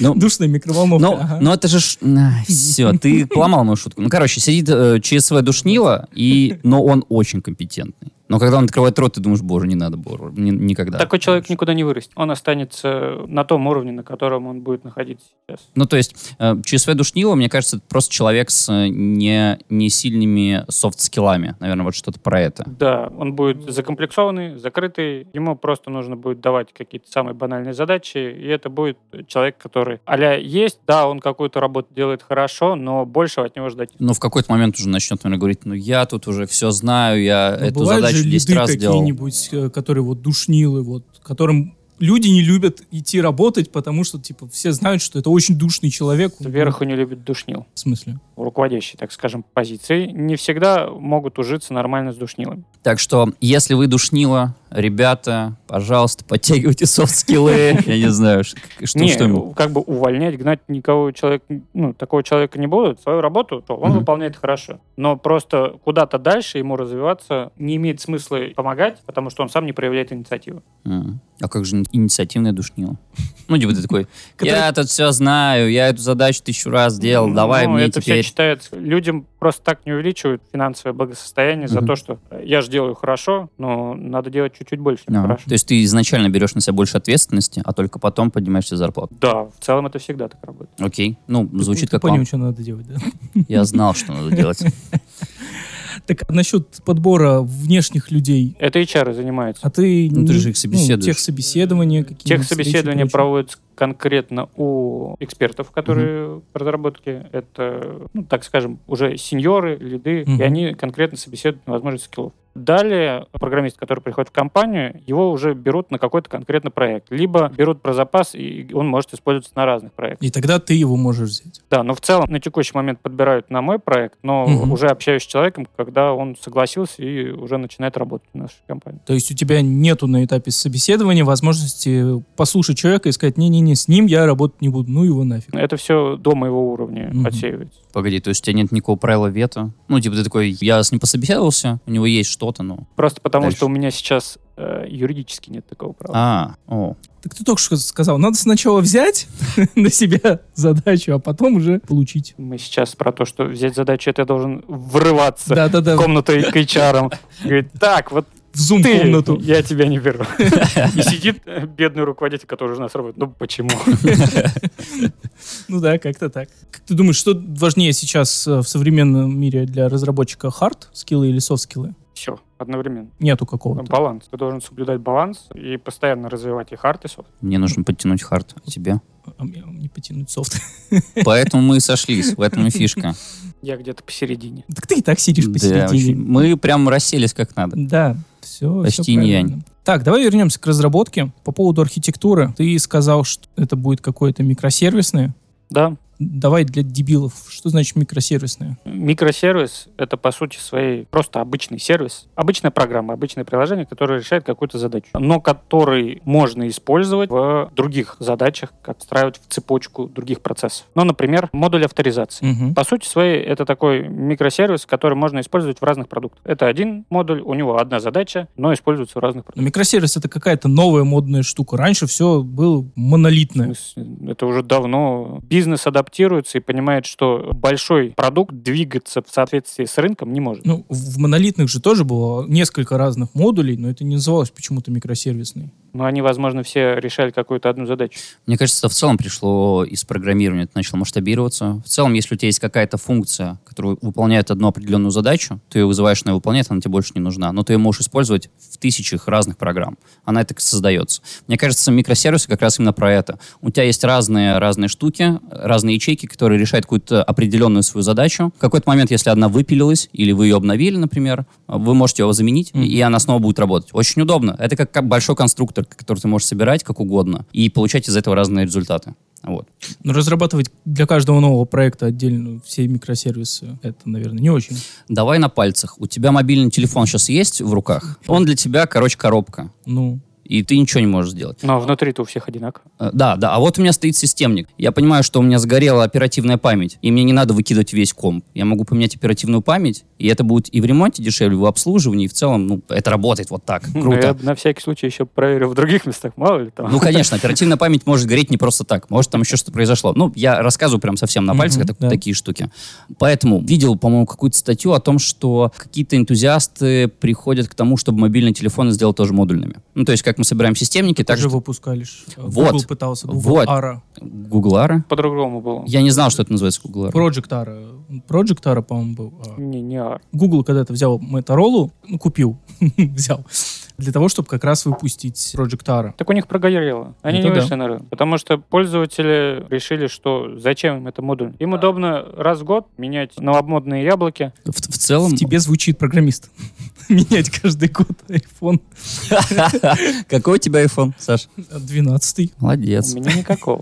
Speaker 3: Ну,
Speaker 2: Душная микроволновка.
Speaker 3: Ну,
Speaker 2: ага.
Speaker 3: ну это же... все, ты поломал мою шутку. Ну, короче, сидит э, ЧСВ душнило, и, но он очень компетентный. Но когда он открывает рот, ты думаешь, боже, не надо, боже, ни- никогда.
Speaker 4: Такой человек никуда не вырастет. Он останется на том уровне, на котором он будет находиться сейчас.
Speaker 3: Ну, то есть, э, ЧСВ душнило, мне кажется, это просто человек с э, не, не сильными софт-скиллами. Наверное, вот что-то про это.
Speaker 4: Да, он будет закомплексованный, закрытый. Ему просто нужно будет давать какие-то самые банальные задачи. И это будет человек, который а есть. Да, он какую-то работу делает хорошо, но большего от него ждать не
Speaker 3: Ну, в какой-то момент уже начнет, наверное, говорить, ну, я тут уже все знаю, я
Speaker 2: Ну,
Speaker 3: эту
Speaker 2: бывают
Speaker 3: задачу
Speaker 2: же
Speaker 3: 10
Speaker 2: лиды
Speaker 3: раз делал.
Speaker 2: какие-нибудь, э, которые вот душнилы, вот, которым люди не любят идти работать, потому что, типа, все знают, что это очень душный человек.
Speaker 4: стоит. Вверху не любит душнил.
Speaker 2: В смысле?
Speaker 4: Руководящие, так скажем, позиции не всегда могут ужиться нормально с душнилами.
Speaker 3: Так что, если вы душнило, ребята, пожалуйста, подтягивайте софт-скиллы. Я не знаю, ш- к- что
Speaker 4: не,
Speaker 3: что
Speaker 4: как бы увольнять, гнать никого человека, ну, такого человека не будут. Свою работу то он
Speaker 3: Мгм.
Speaker 4: выполняет хорошо. Но просто куда-то дальше ему развиваться не имеет смысла помогать, потому что он сам не проявляет инициативу.
Speaker 3: М. А как же ини- инициативное душнило? Ну, типа ты такой,
Speaker 2: Который-
Speaker 3: я тут все знаю, я эту задачу тысячу раз делал, давай
Speaker 4: Ну,
Speaker 3: мне
Speaker 4: это все
Speaker 3: теперь...
Speaker 4: читается. Людям просто так не увеличивают финансовое благосостояние за
Speaker 3: Мгм.
Speaker 4: то, что э, я же делаю хорошо, но надо делать чуть-чуть больше. чем
Speaker 3: Ага.
Speaker 4: хорошо.
Speaker 3: Ну, То есть ты изначально берешь на себя больше ответственности, а только потом поднимаешь себе зарплату.
Speaker 4: Да, в целом это всегда так работает.
Speaker 3: Окей. Ну, звучит
Speaker 2: Ты
Speaker 3: как
Speaker 2: понял,
Speaker 3: план.
Speaker 2: что надо делать, да?
Speaker 3: Я знал, что надо делать.
Speaker 2: Так, а насчет подбора внешних людей,
Speaker 4: Это HR занимается.
Speaker 2: а ты...
Speaker 3: Ну, ты
Speaker 2: не-
Speaker 3: же их собеседуешь.
Speaker 2: техсобеседования какие-то.
Speaker 4: Техсобеседования проводятся конкретно у экспертов, которые в разработке. Это, ну, так скажем, уже сеньоры, лиды,
Speaker 2: Мгм.
Speaker 4: и они конкретно собеседуют на возможность скиллов. Далее программист, который приходит в компанию, его уже берут на какой-то конкретный проект. Либо берут про запас, и он может использоваться на разных проектах.
Speaker 2: И тогда ты его можешь взять.
Speaker 4: Да, но в целом на текущий момент подбирают на мой проект, но
Speaker 2: Мгм.
Speaker 4: уже общаюсь с человеком, когда он согласился и уже начинает работать в нашей компании.
Speaker 2: То есть у тебя нету на этапе собеседования возможности послушать человека и сказать, не-не-не, с ним я работать не буду, ну его нафиг.
Speaker 4: Это все до моего уровня
Speaker 2: Мгм.
Speaker 4: отсеивается.
Speaker 3: Погоди, то есть у тебя нет никакого правила вето? Ну, типа ты такой, я с ним пособеседовался, у него есть что-то, ну.
Speaker 4: Просто потому,
Speaker 3: Дальше.
Speaker 4: что у меня сейчас э, юридически нет такого права.
Speaker 3: А, о,
Speaker 2: Так ты только что сказал, надо сначала взять на себя задачу, а потом уже получить.
Speaker 4: Мы сейчас про то, что взять задачу, это я должен врываться
Speaker 2: Да-да-да,
Speaker 4: в комнату и к HR. Говорит, так, вот
Speaker 2: в
Speaker 4: ты,
Speaker 2: зум-комнату.
Speaker 4: я тебя не беру. И сидит э, бедный руководитель, который уже нас работает. Ну почему?
Speaker 2: Ну да, как-то так. Как ты думаешь, что важнее сейчас э, в современном мире для разработчика? Хард скиллы или софт скиллы?
Speaker 4: Все, одновременно.
Speaker 2: Нету какого-то.
Speaker 4: Баланс. Ты должен соблюдать баланс и постоянно развивать и хард, и софт.
Speaker 3: мне нужно подтянуть хард а тебе.
Speaker 2: А мне не потянуть софт.
Speaker 3: Поэтому мы и сошлись, в этом и фишка.
Speaker 4: Я где-то посередине.
Speaker 2: Так ты и так сидишь
Speaker 3: Да, очень-
Speaker 2: посередине.
Speaker 3: мы прям расселись как надо.
Speaker 2: Да, все.
Speaker 3: Почти нянь.
Speaker 2: Так, давай вернемся к разработке. По поводу архитектуры. Ты сказал, что это будет какое-то микросервисное.
Speaker 4: Да.
Speaker 2: Давай для дебилов. Что значит микросервисное?
Speaker 4: Микросервис — это, по сути своей, просто обычный сервис, обычная программа, обычное приложение, которое решает какую-то задачу, но который можно использовать в других задачах, как встраивать в цепочку других процессов. Ну, например, модуль авторизации.
Speaker 2: Мгм.
Speaker 4: По сути своей, это такой микросервис, который можно использовать в разных продуктах. Это один модуль, у него одна задача, но используется в разных
Speaker 2: Но
Speaker 4: продуктах.
Speaker 2: Ну, микросервис это какая-то новая модная штука. Раньше все было монолитное.
Speaker 4: В смысле, э, Это уже давно. Бизнес адаптируется и понимает, что большой продукт двигаться в соответствии с рынком не может.
Speaker 2: Ну, в монолитных же тоже было несколько разных модулей, но это не называлось почему-то микросервисной.
Speaker 4: Но они, возможно, все решали какую-то одну задачу.
Speaker 3: Мне кажется, это в целом пришло из программирования, это начало масштабироваться. В целом, если у тебя есть какая-то функция, которая выполняет одну определенную задачу, ты ее вызываешь, она ее выполняет, она тебе больше не нужна, но ты ее можешь использовать в тысячах разных программ. Она так и создается. Мне кажется, микросервисы как раз именно про это. У тебя есть разные, разные штуки, разные ячейки, которые решают какую-то определенную свою задачу. В какой-то момент, если одна выпилилась, или вы ее обновили, например, вы можете ее заменить,
Speaker 2: Мгм.
Speaker 3: и она снова будет работать. Очень удобно. Это как- как большой конструктор, который ты можешь собирать как угодно и получать из этого разные результаты. Вот.
Speaker 2: Но разрабатывать для каждого нового проекта отдельно все микросервисы, это, наверное, не очень.
Speaker 3: Давай на пальцах. У тебя мобильный телефон сейчас есть в руках? Он для тебя, короче, коробка.
Speaker 2: Ну,
Speaker 3: И ты ничего не можешь сделать.
Speaker 4: Но внутри-то у всех одинаково.
Speaker 3: Э, Да, да. А вот у меня стоит системник. Я понимаю, что у меня сгорела оперативная память, и мне не надо выкидывать весь комп. Я могу поменять оперативную память, и это будет и в ремонте дешевле, и в обслуживании, и в целом, ну, это работает вот так.
Speaker 4: Ну, я
Speaker 3: Круто.
Speaker 4: бы на всякий случай еще проверил в других местах, мало ли там.
Speaker 3: Ну, конечно, оперативная память может гореть не просто так. Может, там еще что-то произошло. Ну, я рассказываю прям совсем на пальцах
Speaker 2: Мгм,
Speaker 3: это-
Speaker 2: да.
Speaker 3: такие штуки. Поэтому видел, по-моему, какую-то статью о том, что какие-то энтузиасты приходят к тому, чтобы мобильные телефоны сделать тоже модульными. Ну, то есть, как мы собираем системники, так
Speaker 2: также
Speaker 3: же
Speaker 2: выпускали. ж.
Speaker 3: Вот.
Speaker 2: Google пытался, Google
Speaker 3: Вот.
Speaker 2: Ara.
Speaker 3: Google Ara.
Speaker 4: По-другому было.
Speaker 3: Я не знал, что это называется Google Ara.
Speaker 2: Project Ara. Project Ara, по-моему, был. А,
Speaker 4: Не, не AR.
Speaker 2: Google когда-то взял Motorola, ну, купил, взял, для того, чтобы как раз выпустить Project Ara.
Speaker 4: Так у них прогорело. Они
Speaker 2: Это
Speaker 4: не
Speaker 2: да.
Speaker 4: вышли на рынок. Потому что пользователи решили, что зачем им это модуль. Им удобно раз в год менять новомодные яблоки.
Speaker 3: В, в целом,
Speaker 2: В тебе звучит программист. Менять каждый год iPhone
Speaker 3: какой у тебя iPhone, Саш?
Speaker 2: 12.
Speaker 3: Молодец.
Speaker 4: У меня никакого.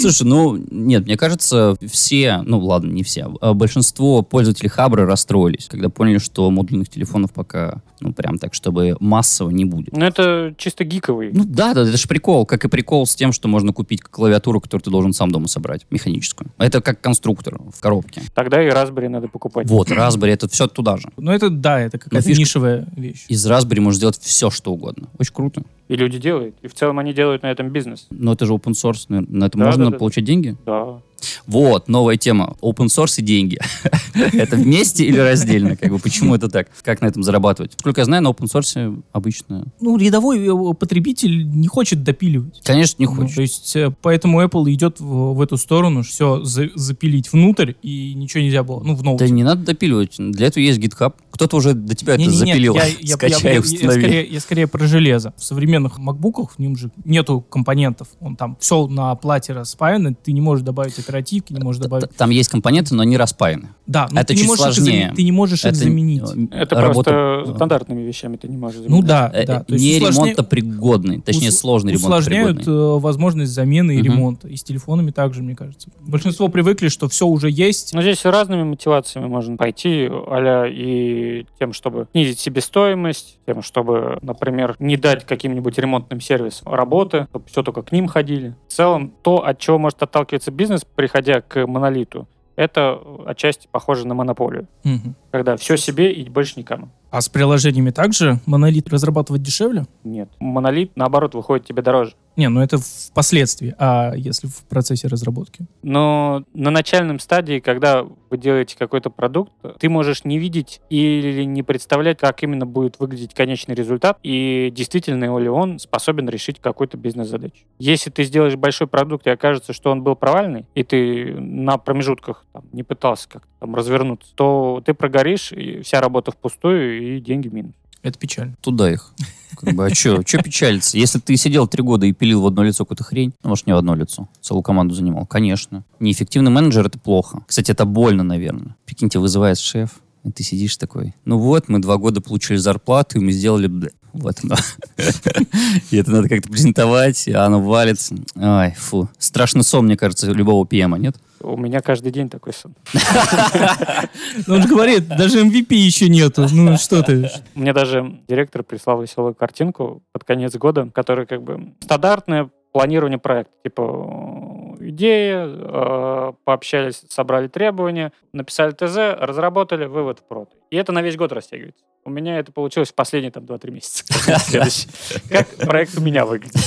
Speaker 3: Слушай, ну, нет, мне кажется, все, ну, ладно, не все, а большинство пользователей Хабра расстроились, когда поняли, что модульных телефонов пока, ну, прям так, чтобы массово не будет.
Speaker 4: Но это чисто гиковый.
Speaker 3: Ну да, да, это же прикол, как и прикол с тем, что можно купить клавиатуру, которую ты должен сам дома собрать, механическую. Это как конструктор в коробке.
Speaker 4: Тогда и Raspberry надо покупать.
Speaker 3: Вот, Raspberry, это все туда же.
Speaker 2: Ну, это, да, это какая-то
Speaker 3: фишка-
Speaker 2: нишевая вещь.
Speaker 3: Из Raspberry можно сделать все, что угодно. Очень круто.
Speaker 4: И люди делают. И в целом они делают на этом бизнес.
Speaker 3: Но это же open source, наверно. на это
Speaker 4: Да,
Speaker 3: можно
Speaker 4: да, да.
Speaker 3: получать деньги?
Speaker 4: Да.
Speaker 3: Вот, новая тема. Open source и деньги. это вместе или раздельно? Как бы, почему это так? Как на этом зарабатывать? Сколько я знаю, на open source обычно...
Speaker 2: Ну, рядовой э, потребитель не хочет допиливать.
Speaker 3: Конечно, не
Speaker 2: Ну,
Speaker 3: хочешь.
Speaker 2: то есть, э, поэтому Apple идет в, в эту сторону, все запилить внутрь, и ничего нельзя было. Ну, в ноуте.
Speaker 3: Да не надо допиливать. Для этого есть GitHub. Кто-то уже до тебя это
Speaker 2: Не-не-не,
Speaker 3: запилил.
Speaker 2: я- я- я-
Speaker 3: Скачай,
Speaker 2: я- я
Speaker 3: установи.
Speaker 2: скорее- Я скорее про железо. В современных макбуках в нем же нету компонентов. Он там все на плате распаяно, ты не можешь добавить оперативки, не можешь добавить...
Speaker 3: Т- Там есть компоненты, но они распаяны.
Speaker 2: Да, но
Speaker 3: это
Speaker 2: ты не
Speaker 3: чуть
Speaker 2: можешь их
Speaker 3: сложнее.
Speaker 2: заменить, ты не можешь их
Speaker 3: Это,
Speaker 2: заменить.
Speaker 3: э,
Speaker 4: Это
Speaker 3: работа-
Speaker 4: просто стандартными вещами ты не можешь
Speaker 2: Ну
Speaker 4: заменить.
Speaker 2: да,
Speaker 3: э,
Speaker 2: да. То есть
Speaker 3: не
Speaker 2: усложня-
Speaker 3: ремонтопригодный, точнее
Speaker 2: ус-
Speaker 3: сложный
Speaker 2: усложняют
Speaker 3: ремонтопригодный.
Speaker 2: э, возможность замены и
Speaker 3: Мгм.
Speaker 2: ремонта. И с телефонами также, мне кажется. Большинство привыкли, что все уже есть.
Speaker 4: Но здесь разными мотивациями можно пойти, а и тем, чтобы снизить себестоимость, тем, чтобы, например, не дать каким-нибудь ремонтным сервисам работы, чтобы все только к ним ходили. В целом, то, от чего может отталкиваться бизнес, приходя к монолиту, это отчасти похоже на монополию,
Speaker 2: Мгм.
Speaker 4: когда все себе и больше никому.
Speaker 2: А с приложениями также монолит разрабатывать дешевле?
Speaker 4: Нет. Монолит, наоборот, выходит тебе дороже.
Speaker 2: Не, ну это впоследствии, а если в процессе разработки?
Speaker 4: Но на начальном стадии, когда вы делаете какой-то продукт, ты можешь не видеть или не представлять, как именно будет выглядеть конечный результат и действительно ли он способен решить какую-то бизнес-задачу. Если ты сделаешь большой продукт и окажется, что он был провальный, и ты на промежутках там, не пытался как-то там развернуться, то ты прогоришь, и вся работа впустую, и деньги минус.
Speaker 2: Это печально.
Speaker 3: Туда их. Как бы, а что печалиться? Если ты сидел три года и пилил в одно лицо какую-то хрень, ну, может, не в одно лицо, целую команду занимал, конечно. Неэффективный менеджер — это плохо. Кстати, это больно, наверное. Прикиньте, вызывает шеф, и ты сидишь такой, ну вот, мы два года получили зарплату, и мы сделали... бля». Вот оно. И это надо как-то презентовать, и оно валится. Ай, фу. Страшный сон, мне кажется, у любого ПМа, нет?
Speaker 4: У меня каждый день такой сон.
Speaker 2: Ну, он же говорит, даже MVP еще нету. Ну, что ты?
Speaker 4: Мне даже директор прислал веселую картинку под конец года, которая как бы стандартное планирование проекта. Типа э, идея, э, пообщались, собрали требования, написали ТЗ, разработали, вывод в прод. И это на весь год растягивается. У меня это получилось в последние там 2-3 месяца. Следующий. Как проект у меня выглядит.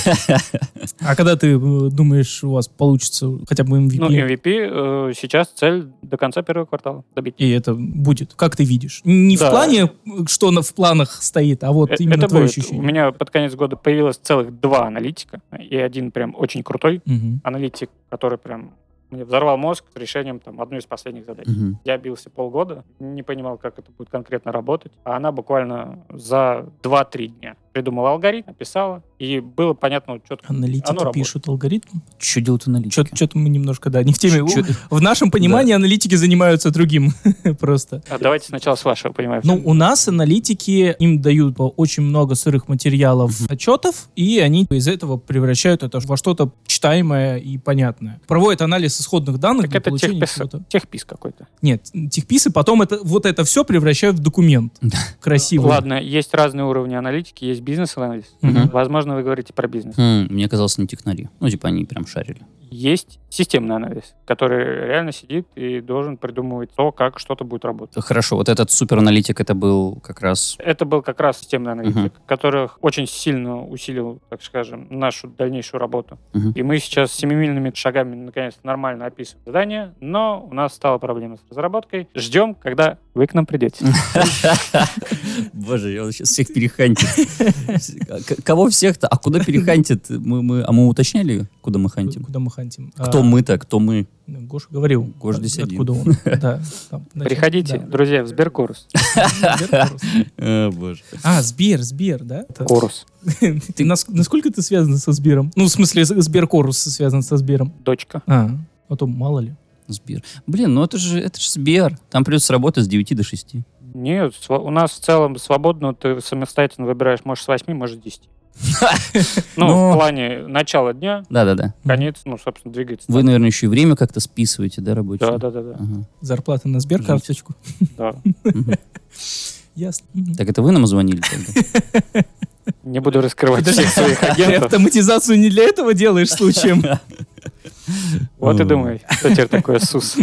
Speaker 2: А когда ты э, думаешь, у вас получится хотя бы MVP?
Speaker 4: Ну, MVP э, сейчас цель до конца первого квартала добить.
Speaker 2: и это будет, как ты видишь. Не в
Speaker 4: Да.
Speaker 2: плане, что на- в планах стоит, а вот
Speaker 4: Э,
Speaker 2: именно
Speaker 4: это
Speaker 2: твое
Speaker 4: будет. У
Speaker 2: ощущение.
Speaker 4: меня под конец года появилось целых два аналитика, и один прям очень крутой,
Speaker 2: Мгм.
Speaker 4: аналитик, который прям мне взорвал мозг с решением там одной из последних задач.
Speaker 3: Мгм.
Speaker 4: Я бился полгода, не понимал, как это будет конкретно работать, а она буквально за 2-3 дня придумала алгоритм, написала, и было понятно четко.
Speaker 2: Аналитики
Speaker 4: Оно работает.
Speaker 2: пишут алгоритм.
Speaker 3: Что делают аналитики?
Speaker 2: Что-то мы немножко, да, не в теме.
Speaker 3: Чё-
Speaker 2: В нашем понимании аналитики занимаются другим просто.
Speaker 4: А давайте сначала с вашего, понимаешь?
Speaker 2: Ну, у нас аналитики, им дают очень много сырых материалов, отчетов, и они из этого превращают это во что-то читаемое и понятное. Проводят анализ исходных данных
Speaker 4: так
Speaker 2: для
Speaker 4: это
Speaker 2: получения
Speaker 4: техпис,
Speaker 2: чего-то.
Speaker 4: техпис какой-то.
Speaker 2: Нет, техписы потом это, вот это все превращают в документ. Красиво.
Speaker 4: Ладно, есть разные уровни аналитики, есть бизнес-анализ.
Speaker 3: Мгм.
Speaker 4: Возможно, вы говорите про бизнес.
Speaker 3: Хм, Мне казалось, не технари. Ну, типа, они прям шарили.
Speaker 4: Есть системный анализ, который реально сидит и должен придумывать то, как что-то будет работать.
Speaker 3: Хорошо, вот этот супераналитик, это был как раз...
Speaker 4: Это был как раз системный
Speaker 3: Мгм.
Speaker 4: аналитик, который очень сильно усилил, так скажем, нашу дальнейшую работу.
Speaker 3: Мгм.
Speaker 4: И мы сейчас семимильными шагами наконец-то нормально описываем задание, но у нас стала проблема с разработкой. Ждем, когда вы к нам придете.
Speaker 3: Боже, он сейчас всех перехантит. К- Кого всех-то? А куда перехантит? Мы, мы, а мы уточняли, куда мы хантим?
Speaker 2: Куда мы хантим?
Speaker 3: Кто
Speaker 2: А,
Speaker 3: мы-то, кто мы?
Speaker 2: Гоша говорил.
Speaker 3: Гоша
Speaker 2: от-
Speaker 3: здесь один.
Speaker 2: Откуда он? Да, там, значит,
Speaker 4: Приходите,
Speaker 2: да.
Speaker 4: друзья, в Сберкурс.
Speaker 2: Сбер Курс.
Speaker 3: Э, боже.
Speaker 2: А, Сбер, Сбер, да?
Speaker 4: Курс.
Speaker 2: Ты нас- насколько ты связан со Сбером? Ну, в смысле, Сберкорус связан со Сбером.
Speaker 4: Дочка.
Speaker 2: А, а то мало ли.
Speaker 3: Сбер. Блин, ну это же, это же Сбер. Там придется работать с 9 до 6.
Speaker 4: Нет, сва- у нас в целом свободно, ты самостоятельно выбираешь, может, с 8, может, с 10. Ну,
Speaker 3: Но-
Speaker 4: в плане начала дня,
Speaker 3: Да-да-да.
Speaker 4: конец, ну, собственно, двигается.
Speaker 3: Вы, наверное, еще и время как-то списываете, да, рабочее?
Speaker 4: Да, да, да, да.
Speaker 3: Ага.
Speaker 2: Зарплата на Сберкарточку.
Speaker 4: да.
Speaker 3: Мгм.
Speaker 2: Ясно. Мгм.
Speaker 3: Так это вы нам звонили тогда?
Speaker 4: Не буду раскрывать
Speaker 2: Подожди.
Speaker 4: всех своих
Speaker 2: Ты
Speaker 4: агентов.
Speaker 2: автоматизацию не для этого делаешь случаем?
Speaker 4: Вот и
Speaker 3: Ой.
Speaker 4: думай, что теперь такое СУС.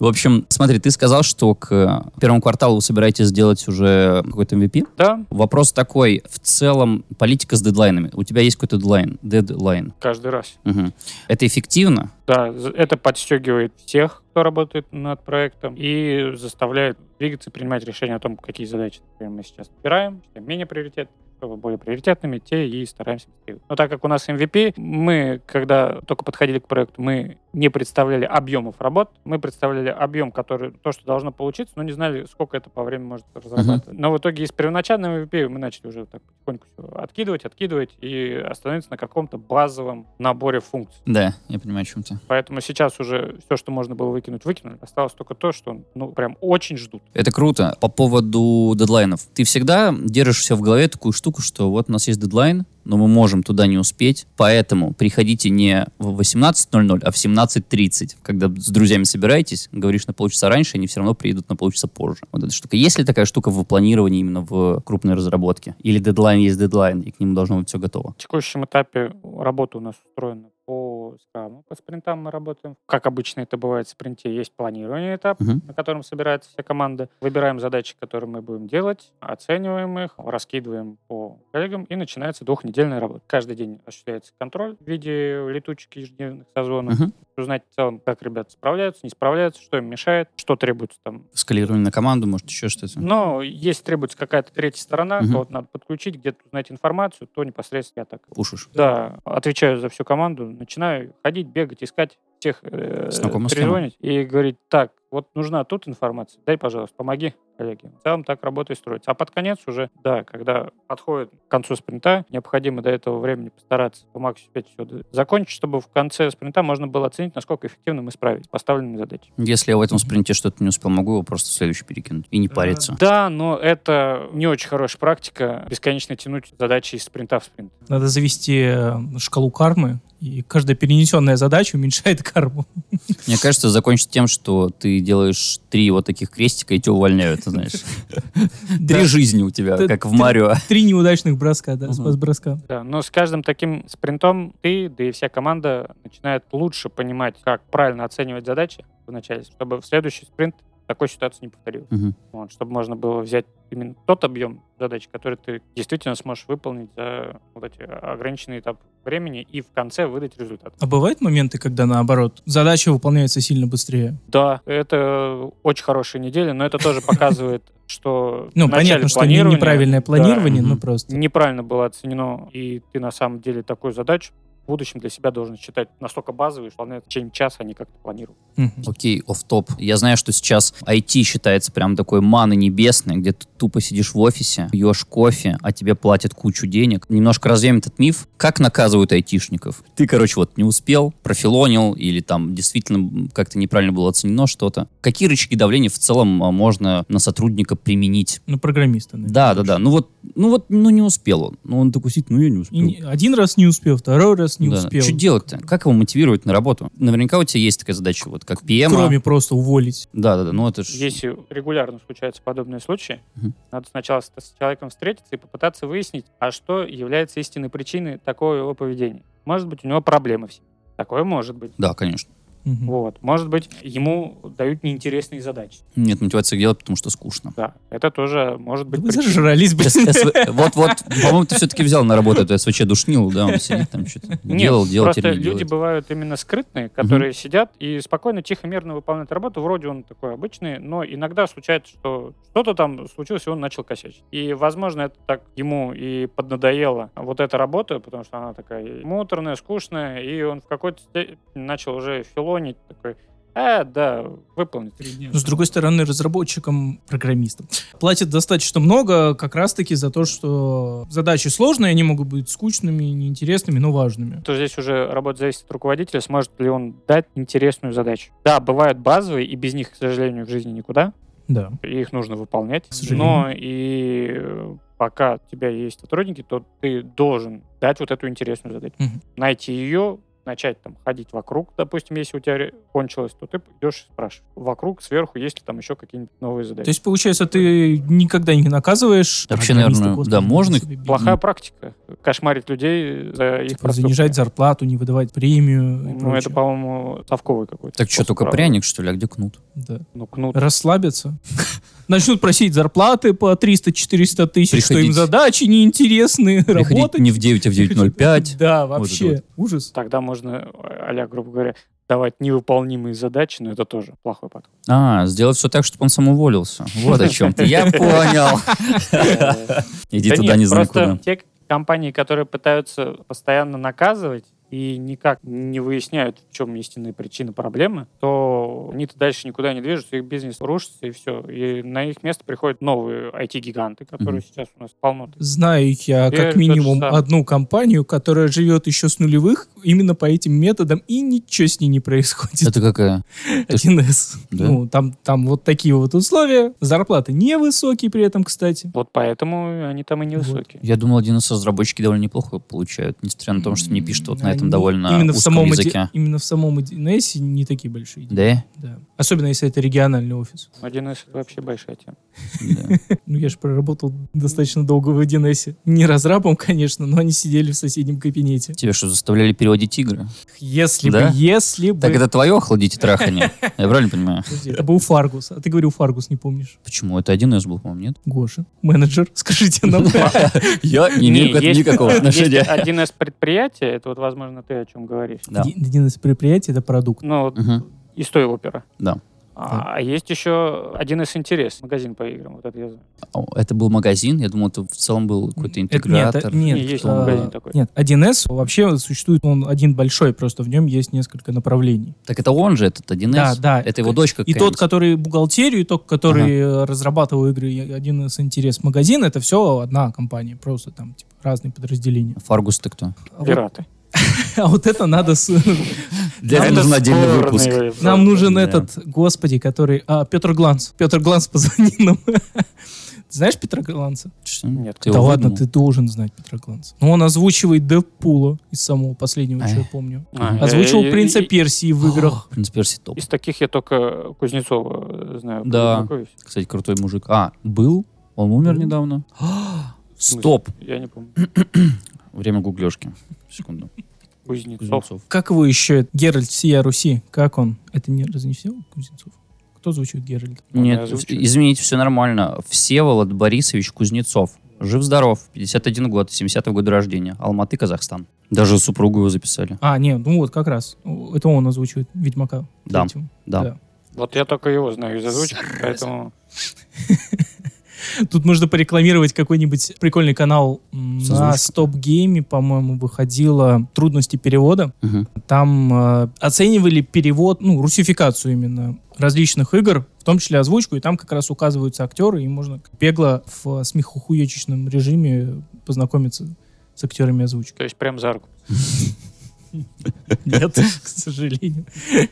Speaker 3: В общем, смотри, ты сказал, что к первому кварталу вы собираетесь сделать уже какой-то MVP?
Speaker 4: Да,
Speaker 3: Вопрос такой, в целом политика с дедлайнами. У тебя есть какой-то дедлайн? Дедлайн.
Speaker 4: каждый раз.
Speaker 3: Мгм. Это эффективно?
Speaker 4: Да, з- это подстегивает всех, кто работает над проектом, и заставляет двигаться и принимать решения о том, какие задачи например, мы сейчас выбираем, что менее приоритет, более приоритетными, те и стараемся. Но так как у нас MVP, мы, когда только подходили к проекту, мы не представляли объемов работ, мы представляли объем, который, то, что должно получиться, но не знали, сколько это по времени может разрабатывать. Но в итоге из первоначального MVP мы начали уже так потихоньку всё откидывать, откидывать и остановиться на каком-то базовом наборе функций.
Speaker 3: Да, я понимаю, о чем ты.
Speaker 4: Поэтому сейчас уже все, что можно было выкинуть, выкинули. Осталось только то, что ну прям очень ждут.
Speaker 3: Это круто. По поводу дедлайнов. Ты всегда держишь все в голове такую штуку, что вот у нас есть дедлайн, но мы можем туда не успеть, поэтому приходите не в 18.00, а в 17.30. Когда с друзьями собираетесь, говоришь на полчаса раньше, они все равно приедут на полчаса позже. Вот эта штука. Есть ли такая штука в планировании именно в крупной разработке? Или дедлайн есть дедлайн, и к нему должно быть все готово?
Speaker 4: В текущем этапе работа у нас устроена по скраму, по спринтам мы работаем. Как обычно это бывает в спринте, есть планирование этап,
Speaker 3: Мгм.
Speaker 4: на котором собирается вся команда. Выбираем задачи, которые мы будем делать, оцениваем их, раскидываем по коллегам, и начинается двухнедельная работа. Каждый день осуществляется контроль в виде летучек ежедневных созвонов.
Speaker 3: Мгм.
Speaker 4: Узнать в целом, как ребята справляются, не справляются, что им мешает, что требуется там.
Speaker 3: Скалирование на команду, может, еще что-то?
Speaker 4: Но если требуется какая-то третья сторона,
Speaker 3: Мгм.
Speaker 4: то вот надо подключить, где-то узнать информацию, то непосредственно я так
Speaker 3: Пушишь.
Speaker 4: да, отвечаю за всю команду, начинаю ходить, бегать, искать всех, э,
Speaker 3: Знакома схема.
Speaker 4: перезвонить и говорить, так, вот нужна тут информация, дай, пожалуйста, помоги, коллеги. В целом так работа и строится. А под конец уже, да, когда подходит к концу спринта, необходимо до этого времени постараться по максимуму успеть все закончить, чтобы в конце спринта можно было оценить, насколько эффективно мы справились с поставленными задачами.
Speaker 3: Если я в этом спринте что-то не успел, могу его просто в следующий перекинуть и не париться.
Speaker 4: Да, но это не очень хорошая практика, бесконечно тянуть задачи из спринта в спринт.
Speaker 2: Надо завести э, шкалу кармы, и каждая перенесенная задача уменьшает карму.
Speaker 3: Мне кажется, закончится тем, что ты делаешь три вот таких крестика, и тебя увольняют, ты знаешь. Три
Speaker 2: Да.
Speaker 3: жизни у тебя,
Speaker 2: Да,
Speaker 3: как в
Speaker 2: три-
Speaker 3: Марио.
Speaker 2: Три неудачных броска, да,
Speaker 3: Мгм.
Speaker 2: спас броска.
Speaker 4: Да, но с каждым таким спринтом ты, да и вся команда начинает лучше понимать, как правильно оценивать задачи в начале, чтобы в следующий спринт такой ситуации не повторилось.
Speaker 3: Мгм.
Speaker 4: Вот, чтобы можно было взять именно тот объем задач, который ты действительно сможешь выполнить за вот эти ограниченные этап времени и в конце выдать результат.
Speaker 2: А бывают моменты, когда наоборот, задача выполняется сильно быстрее?
Speaker 4: Да, это очень хорошая неделя, но это тоже показывает, что
Speaker 2: Ну,
Speaker 4: в начале
Speaker 2: понятно, что не-
Speaker 4: планирования-
Speaker 2: неправильное
Speaker 4: Да.
Speaker 2: планирование, но
Speaker 3: мгм.
Speaker 2: просто.
Speaker 4: неправильно было оценено, и ты на самом деле такую задачу в будущем для себя должен считать настолько базовой, что она в течение часа, а не как-то планировал.
Speaker 2: Мгм.
Speaker 3: Окей, оф топ. Я знаю, что сейчас IT считается прям такой маной небесной, где ты тупо сидишь в офисе, пьешь кофе, а тебе платят кучу денег. Немножко развеем этот миф. Как наказывают айтишников? Ты, короче, вот не успел, профилонил, или там действительно м, как-то неправильно было оценено что-то. Какие рычаги давления в целом а, можно на сотрудника применить?
Speaker 2: Ну, программиста, наверное.
Speaker 3: Да, да, да. Ну вот, ну вот, ну не успел он. Ну он такой сидит, ну я не
Speaker 2: И
Speaker 3: успел.
Speaker 2: не- один раз не успел, второй раз не успел.
Speaker 3: Что делать-то? Как его мотивировать на работу? Наверняка у тебя есть такая задача, вот как PM.
Speaker 2: Кроме просто уволить.
Speaker 3: Да, да, да. Ну это ж...
Speaker 4: Если регулярно случаются подобные случаи,
Speaker 3: Мгм.
Speaker 4: надо сначала с, с человеком встретиться и попытаться выяснить, а что является истинной причиной такого его поведения. Может быть, у него проблемы все. Такое может быть.
Speaker 3: Да, конечно.
Speaker 2: Мгм.
Speaker 4: Вот. Может быть, ему дают неинтересные задачи.
Speaker 3: Нет мотивации делать, потому что скучно.
Speaker 4: Да, это тоже может
Speaker 2: Да
Speaker 4: быть
Speaker 2: Вы
Speaker 4: причиной.
Speaker 2: зажрались, блин.
Speaker 3: СВ Вот, вот, по-моему, ты все-таки взял на работу эту СВЧ душнилу, да, он сидит там что-то
Speaker 4: Нет,
Speaker 3: делал, делал,
Speaker 4: просто
Speaker 3: теперь не
Speaker 4: люди
Speaker 3: делает.
Speaker 4: бывают именно скрытные, которые сидят и спокойно, тихо, мирно выполняют работу. Вроде он такой обычный, но иногда случается, что что-то там случилось, и он начал косячить. И, возможно, это так ему и поднадоела вот эта работа, потому что она такая муторная, скучная, и он в какой-то степени начал уже филонить, такой, а, да, выполнить. три дня».
Speaker 2: Но, С другой стороны, разработчикам, программистам платят достаточно много как раз-таки за то, что задачи сложные, они могут быть скучными, неинтересными, но важными.
Speaker 4: то здесь уже работа зависит от руководителя, сможет ли он дать интересную задачу. Да, бывают базовые, и без них, к сожалению, в жизни никуда.
Speaker 2: Да.
Speaker 4: и их нужно выполнять.
Speaker 2: сожалению.
Speaker 4: Но и э, пока у тебя есть сотрудники, то ты должен дать вот эту интересную задачу.
Speaker 2: Мгм.
Speaker 4: Найти ее, начать там ходить вокруг, допустим, если у тебя ре- кончилось, то ты идешь и спрашиваешь. Вокруг, сверху, есть ли там еще какие-нибудь новые задачи.
Speaker 2: То есть, получается, ты никогда не наказываешь.
Speaker 3: Вообще,
Speaker 2: программиста,
Speaker 3: наверное,
Speaker 2: господи,
Speaker 3: да, можно
Speaker 2: себе бить.
Speaker 4: Плохая практика. Кошмарить людей за их
Speaker 2: Типа,
Speaker 4: проступки.
Speaker 2: занижать зарплату, не выдавать премию и
Speaker 4: Ну,
Speaker 2: прочее.
Speaker 4: это, по-моему, совковый какой-то.
Speaker 3: Так что,
Speaker 4: способ
Speaker 3: только
Speaker 4: работы.
Speaker 3: пряник, что ли, а где кнут?
Speaker 2: Да.
Speaker 4: Ну, кнут.
Speaker 2: Расслабятся. Начнут просить зарплаты по 300-400 тысяч, что им
Speaker 3: Приходите.
Speaker 2: задачи неинтересные,
Speaker 3: Приходить
Speaker 2: работать.
Speaker 3: не в 9, а в 9.05.
Speaker 2: Да,
Speaker 3: Вот
Speaker 2: вообще.
Speaker 3: это
Speaker 2: Ужас.
Speaker 4: Тогда можно, а грубо говоря, давать невыполнимые задачи, но это тоже плохой подход.
Speaker 3: А, сделать все так, чтобы он самоуволился. Вот о чем ты. Я понял. Иди
Speaker 4: Да
Speaker 3: туда,
Speaker 4: нет,
Speaker 3: не знаю
Speaker 4: просто
Speaker 3: куда.
Speaker 4: те компании, которые пытаются постоянно наказывать и никак не выясняют, в чем истинная причина проблемы, то они-то дальше никуда не движутся, их бизнес рушится, и все. И на их место приходят новые IT-гиганты, которые
Speaker 3: Мгм.
Speaker 4: сейчас у нас полно.
Speaker 2: Знаю я
Speaker 4: Я
Speaker 2: как
Speaker 4: это
Speaker 2: минимум
Speaker 4: же сам.
Speaker 2: одну компанию, которая живет еще с нулевых именно по этим методам, и ничего с ней не происходит.
Speaker 3: Это какая?
Speaker 2: 1С.
Speaker 3: Да.
Speaker 2: Ну, там, там вот такие вот условия. Зарплаты невысокие при этом, кстати.
Speaker 4: Вот поэтому они там и невысокие.
Speaker 3: Я думал, один из разработчики довольно неплохо получают, несмотря на то, что не пишут вот на этом
Speaker 2: Они
Speaker 3: довольно
Speaker 2: именно в
Speaker 3: узком
Speaker 2: самом оди-
Speaker 3: языке.
Speaker 2: Именно в самом 1С не такие большие. деньги,
Speaker 3: Да?
Speaker 2: Да. Особенно, если это региональный офис.
Speaker 4: Один из вообще большая тема.
Speaker 3: Да.
Speaker 2: Ну, я же проработал достаточно долго в 1С. Не разрабом, конечно, но они сидели в соседнем кабинете.
Speaker 3: Тебя что, заставляли переводить игры?
Speaker 2: Если
Speaker 3: Да?
Speaker 2: бы, если бы...
Speaker 3: Так это твое охладить и трахание? Я правильно понимаю?
Speaker 2: Подожди, это был Фаргус. А ты говорил, Фаргус не помнишь.
Speaker 3: Почему? Это один из был, по-моему, нет?
Speaker 2: Гоша, менеджер, скажите нам.
Speaker 3: Я не
Speaker 4: Не,
Speaker 3: имею к этому
Speaker 4: есть-
Speaker 3: никакого
Speaker 4: есть
Speaker 3: отношения.
Speaker 4: Один из предприятий, это вот, возможно, ты о чем говоришь.
Speaker 3: Да.
Speaker 2: Один один из предприятий — это продукт.
Speaker 4: Ну, вот
Speaker 3: Мгм.
Speaker 4: из той оперы.
Speaker 3: Да.
Speaker 4: А есть еще один из интерес, магазин по играм. Вот это я знаю.
Speaker 3: О, А, Это был магазин? Я думал, это в целом был
Speaker 2: Это-
Speaker 3: какой-то
Speaker 2: Э, нет,
Speaker 3: интегратор.
Speaker 2: это- Нет,
Speaker 4: Не, есть
Speaker 2: э,
Speaker 4: магазин такой.
Speaker 2: Нет, 1С вообще существует, он один большой, просто в нем есть несколько направлений.
Speaker 3: Так это он же, этот 1С?
Speaker 2: Да, да.
Speaker 3: Это его дочка
Speaker 2: И тот,
Speaker 3: какая-нибудь?
Speaker 2: который бухгалтерию, и тот, который э, разрабатывал игры, и один из интерес магазин, это все одна компания, просто там типа, разные подразделения.
Speaker 3: Фаргус ты кто?
Speaker 2: А вот-
Speaker 4: Пираты.
Speaker 2: А вот это надо... с-
Speaker 3: Для этого
Speaker 4: Это
Speaker 3: нужен отдельный
Speaker 4: спорный
Speaker 3: выпуск.
Speaker 4: вопрос.
Speaker 2: Нам нужен
Speaker 3: да.
Speaker 2: этот, господи, который... а, Петр Гланс. Петр Гланс, позвони нам. Ты знаешь Петра Гланца?
Speaker 3: Что?
Speaker 4: Нет,
Speaker 3: Ты
Speaker 2: да
Speaker 3: его
Speaker 2: ладно,
Speaker 3: выдумал?
Speaker 2: ты должен знать Петра Гланца. Ну, он озвучивает Дэдпула из самого последнего, что я
Speaker 3: Эх.
Speaker 2: помню.
Speaker 4: А,
Speaker 2: Озвучивал
Speaker 4: я- я-
Speaker 2: Принца
Speaker 4: я-
Speaker 2: Персии в играх.
Speaker 3: О, Принц Перси топ.
Speaker 4: Из таких я только Кузнецова э, знаю.
Speaker 3: Да.
Speaker 4: познакомился.
Speaker 3: Кстати, крутой мужик. А, был? Он умер
Speaker 2: Был.
Speaker 3: недавно? Стоп!
Speaker 4: Я не помню.
Speaker 3: Время гуглежки. Секунду.
Speaker 4: Кузнецов.
Speaker 3: Кузнецов.
Speaker 2: Как его еще? Геральт Сия Руси. Как он? Это не разнесел Кузнецов? Кто звучит Геральт?
Speaker 4: Он не
Speaker 3: Нет,
Speaker 4: озвучивает.
Speaker 3: извините, все нормально. Всеволод Борисович Кузнецов. Жив-здоров, 51 год, 70 года рождения. Алматы, Казахстан. Даже супругу его записали.
Speaker 2: А, нет, ну вот как раз. Это он озвучивает Ведьмака.
Speaker 3: Да,
Speaker 2: третьего.
Speaker 3: Да.
Speaker 2: Да.
Speaker 4: Вот я только его знаю из озвучки, поэтому...
Speaker 2: Тут нужно порекламировать какой-нибудь прикольный канал. М,
Speaker 3: С
Speaker 2: На
Speaker 3: озвучкой.
Speaker 2: Стоп Гейме, по-моему, выходило трудности перевода.
Speaker 3: Мгм.
Speaker 2: Там э, оценивали перевод, ну, русификацию именно различных игр, в том числе озвучку, и там как раз указываются актеры, и можно бегло в э, смехохуечечном режиме познакомиться с актерами озвучки.
Speaker 4: То есть прям за руку.
Speaker 2: Нет, к сожалению.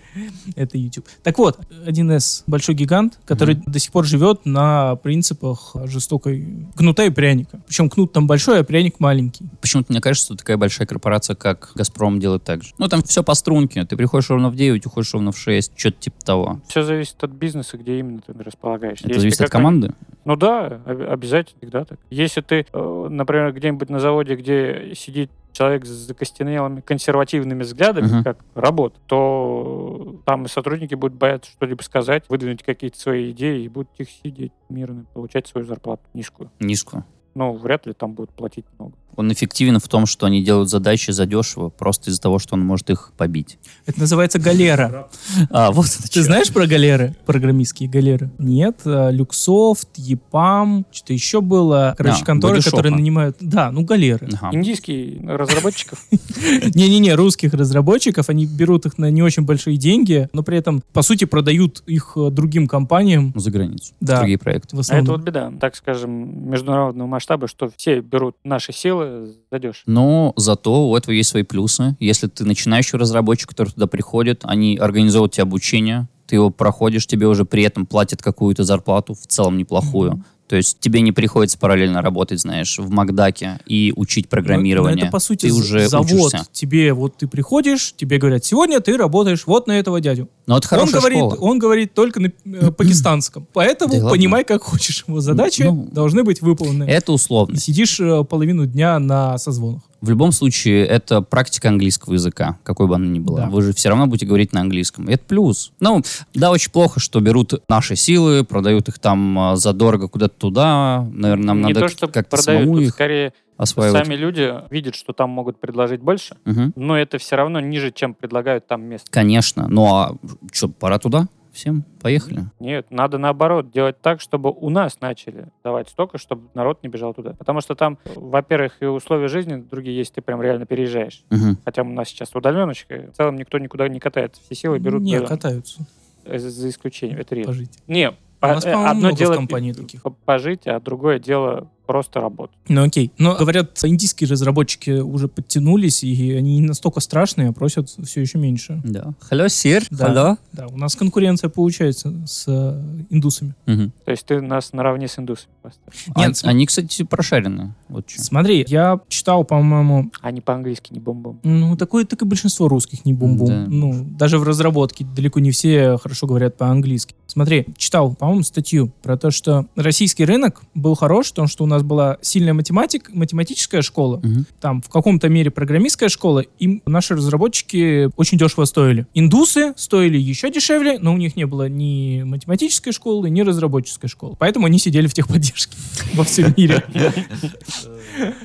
Speaker 2: Это YouTube. Так вот, 1С большой гигант, который до сих пор живет на принципах жестокой кнута и пряника. Причем кнут там большой, а пряник маленький.
Speaker 3: Почему-то мне кажется, что такая большая корпорация, как «Газпром», делает так же. Ну, там все по струнке. Ты приходишь ровно в 9, уходишь ровно в 6. Что-то типа того.
Speaker 4: Все зависит от бизнеса, где именно ты располагаешься.
Speaker 3: Это
Speaker 4: Если
Speaker 3: зависит
Speaker 4: ты
Speaker 3: от команды?
Speaker 4: Ну да, об- обязательно всегда так. Если ты, э, например, где-нибудь на заводе, где сидит человек с закостенелыми консервативными взглядами,
Speaker 3: Мгм.
Speaker 4: как работа, то там и сотрудники будут бояться что-либо сказать, выдвинуть какие-то свои идеи и будут тихо сидеть мирно, получать свою зарплату низкую.
Speaker 3: Низкую.
Speaker 4: Ну, вряд ли там будут платить много.
Speaker 3: Он эффективен в том, что они делают задачи задешево, просто из-за того, что он может их побить.
Speaker 2: Это называется галера.
Speaker 3: А, вот это
Speaker 2: Ты
Speaker 3: чё.
Speaker 2: знаешь про галеры? Программистские галеры? Нет. э, Люксофт, Епам, что-то еще было. Короче,
Speaker 3: А,
Speaker 2: конторы,
Speaker 3: бодишопа.
Speaker 2: которые нанимают... Да, ну галеры.
Speaker 3: Ага.
Speaker 4: Индийские разработчиков
Speaker 2: Не-не-не, русских разработчиков, они берут их на не очень большие деньги, но при этом, по сути, продают их э, другим компаниям.
Speaker 3: Ну, За границу.
Speaker 2: Да.
Speaker 3: Другие проекты.
Speaker 2: В
Speaker 4: А это
Speaker 2: основном.
Speaker 4: вот беда, так скажем, международного масштаба, что все берут наши силы задешево.
Speaker 3: Но зато у этого есть свои плюсы. Если ты начинающий разработчик, который туда приходит, они организовывают тебе обучение, ты его проходишь, тебе уже при этом платят какую-то зарплату, в целом неплохую.
Speaker 2: Мгм.
Speaker 3: То есть тебе не приходится параллельно работать, знаешь, в Макдаке и
Speaker 2: Но-
Speaker 3: учить
Speaker 2: но
Speaker 3: программирование.
Speaker 2: Ну, Это, по сути,
Speaker 3: ты
Speaker 2: з-
Speaker 3: уже
Speaker 2: завод.
Speaker 3: учишься.
Speaker 2: Тебе вот ты приходишь, тебе говорят, сегодня ты работаешь вот на этого дядю.
Speaker 3: Но это
Speaker 2: Он
Speaker 3: хорошая
Speaker 2: говорит,
Speaker 3: школа.
Speaker 2: он говорит только на э, пакистанском. Поэтому
Speaker 3: Да и ладно.
Speaker 2: понимай, как хочешь. Его задачи
Speaker 3: Ну,
Speaker 2: должны быть выполнены.
Speaker 3: Это
Speaker 2: И
Speaker 3: условно.
Speaker 2: сидишь э, половину дня на созвонах.
Speaker 3: В любом случае, это практика английского языка, какой бы она ни была.
Speaker 2: Да.
Speaker 3: Вы же все равно будете говорить на английском. И Это плюс. Ну, да, очень плохо, что берут наши силы, продают их там а, задорого куда-то туда. Наверное, нам
Speaker 4: Не
Speaker 3: надо
Speaker 4: то, что
Speaker 3: как-то
Speaker 4: продают,
Speaker 3: самому
Speaker 4: тут
Speaker 3: их
Speaker 4: скорее
Speaker 3: осваивать?
Speaker 4: Сами люди видят, что там могут предложить больше,
Speaker 3: Мгм.
Speaker 4: но это все равно ниже, чем предлагают там место.
Speaker 3: Конечно. Ну а что, пора туда? Всем поехали.
Speaker 4: Нет, надо наоборот делать так, чтобы у нас начали давать столько, чтобы народ не бежал туда. Потому что там, во-первых, и условия жизни другие есть, ты прям реально переезжаешь.
Speaker 3: Мгм.
Speaker 4: Хотя у нас сейчас удаленочка, в целом никто никуда не катается. Все силы берут
Speaker 2: Не,
Speaker 4: за-
Speaker 2: катаются.
Speaker 4: э, за исключением. Это редко.
Speaker 2: Пожить.
Speaker 4: Не,
Speaker 2: У
Speaker 4: по-
Speaker 2: нас,
Speaker 4: э,
Speaker 2: по-моему,
Speaker 4: одно
Speaker 2: много в
Speaker 4: дело
Speaker 2: компании
Speaker 4: пи-
Speaker 2: таких.
Speaker 4: по- пожить, а другое дело просто работать.
Speaker 2: Ну окей. Но говорят, индийские разработчики уже подтянулись, и они не настолько страшные, а просят все еще меньше.
Speaker 3: Да. Hello, sir.
Speaker 2: Да.
Speaker 3: Hello.
Speaker 2: Да, у нас конкуренция получается с э, индусами.
Speaker 3: Мгм.
Speaker 4: То есть ты нас наравне с индусами поставил.
Speaker 3: А-
Speaker 2: Нет, см-
Speaker 3: они, кстати, прошаренные. Вот чё.
Speaker 2: Смотри, я читал, по-моему,
Speaker 4: Они по-английски а не бомбом.
Speaker 2: Ну, такое так и большинство русских не бум-бум.
Speaker 3: Да.
Speaker 2: Ну, даже в разработке далеко не все хорошо говорят по-английски. Смотри, читал, по-моему, статью про то, что российский рынок был хорош в том, что у нас была сильная математик, математическая школа,
Speaker 3: Мгм.
Speaker 2: там в каком-то мере программистская школа, и наши разработчики очень дешево стоили. Индусы стоили еще дешевле, но у них не было ни математической школы, ни разработческой школы. Поэтому они сидели в техподдержке во всем мире.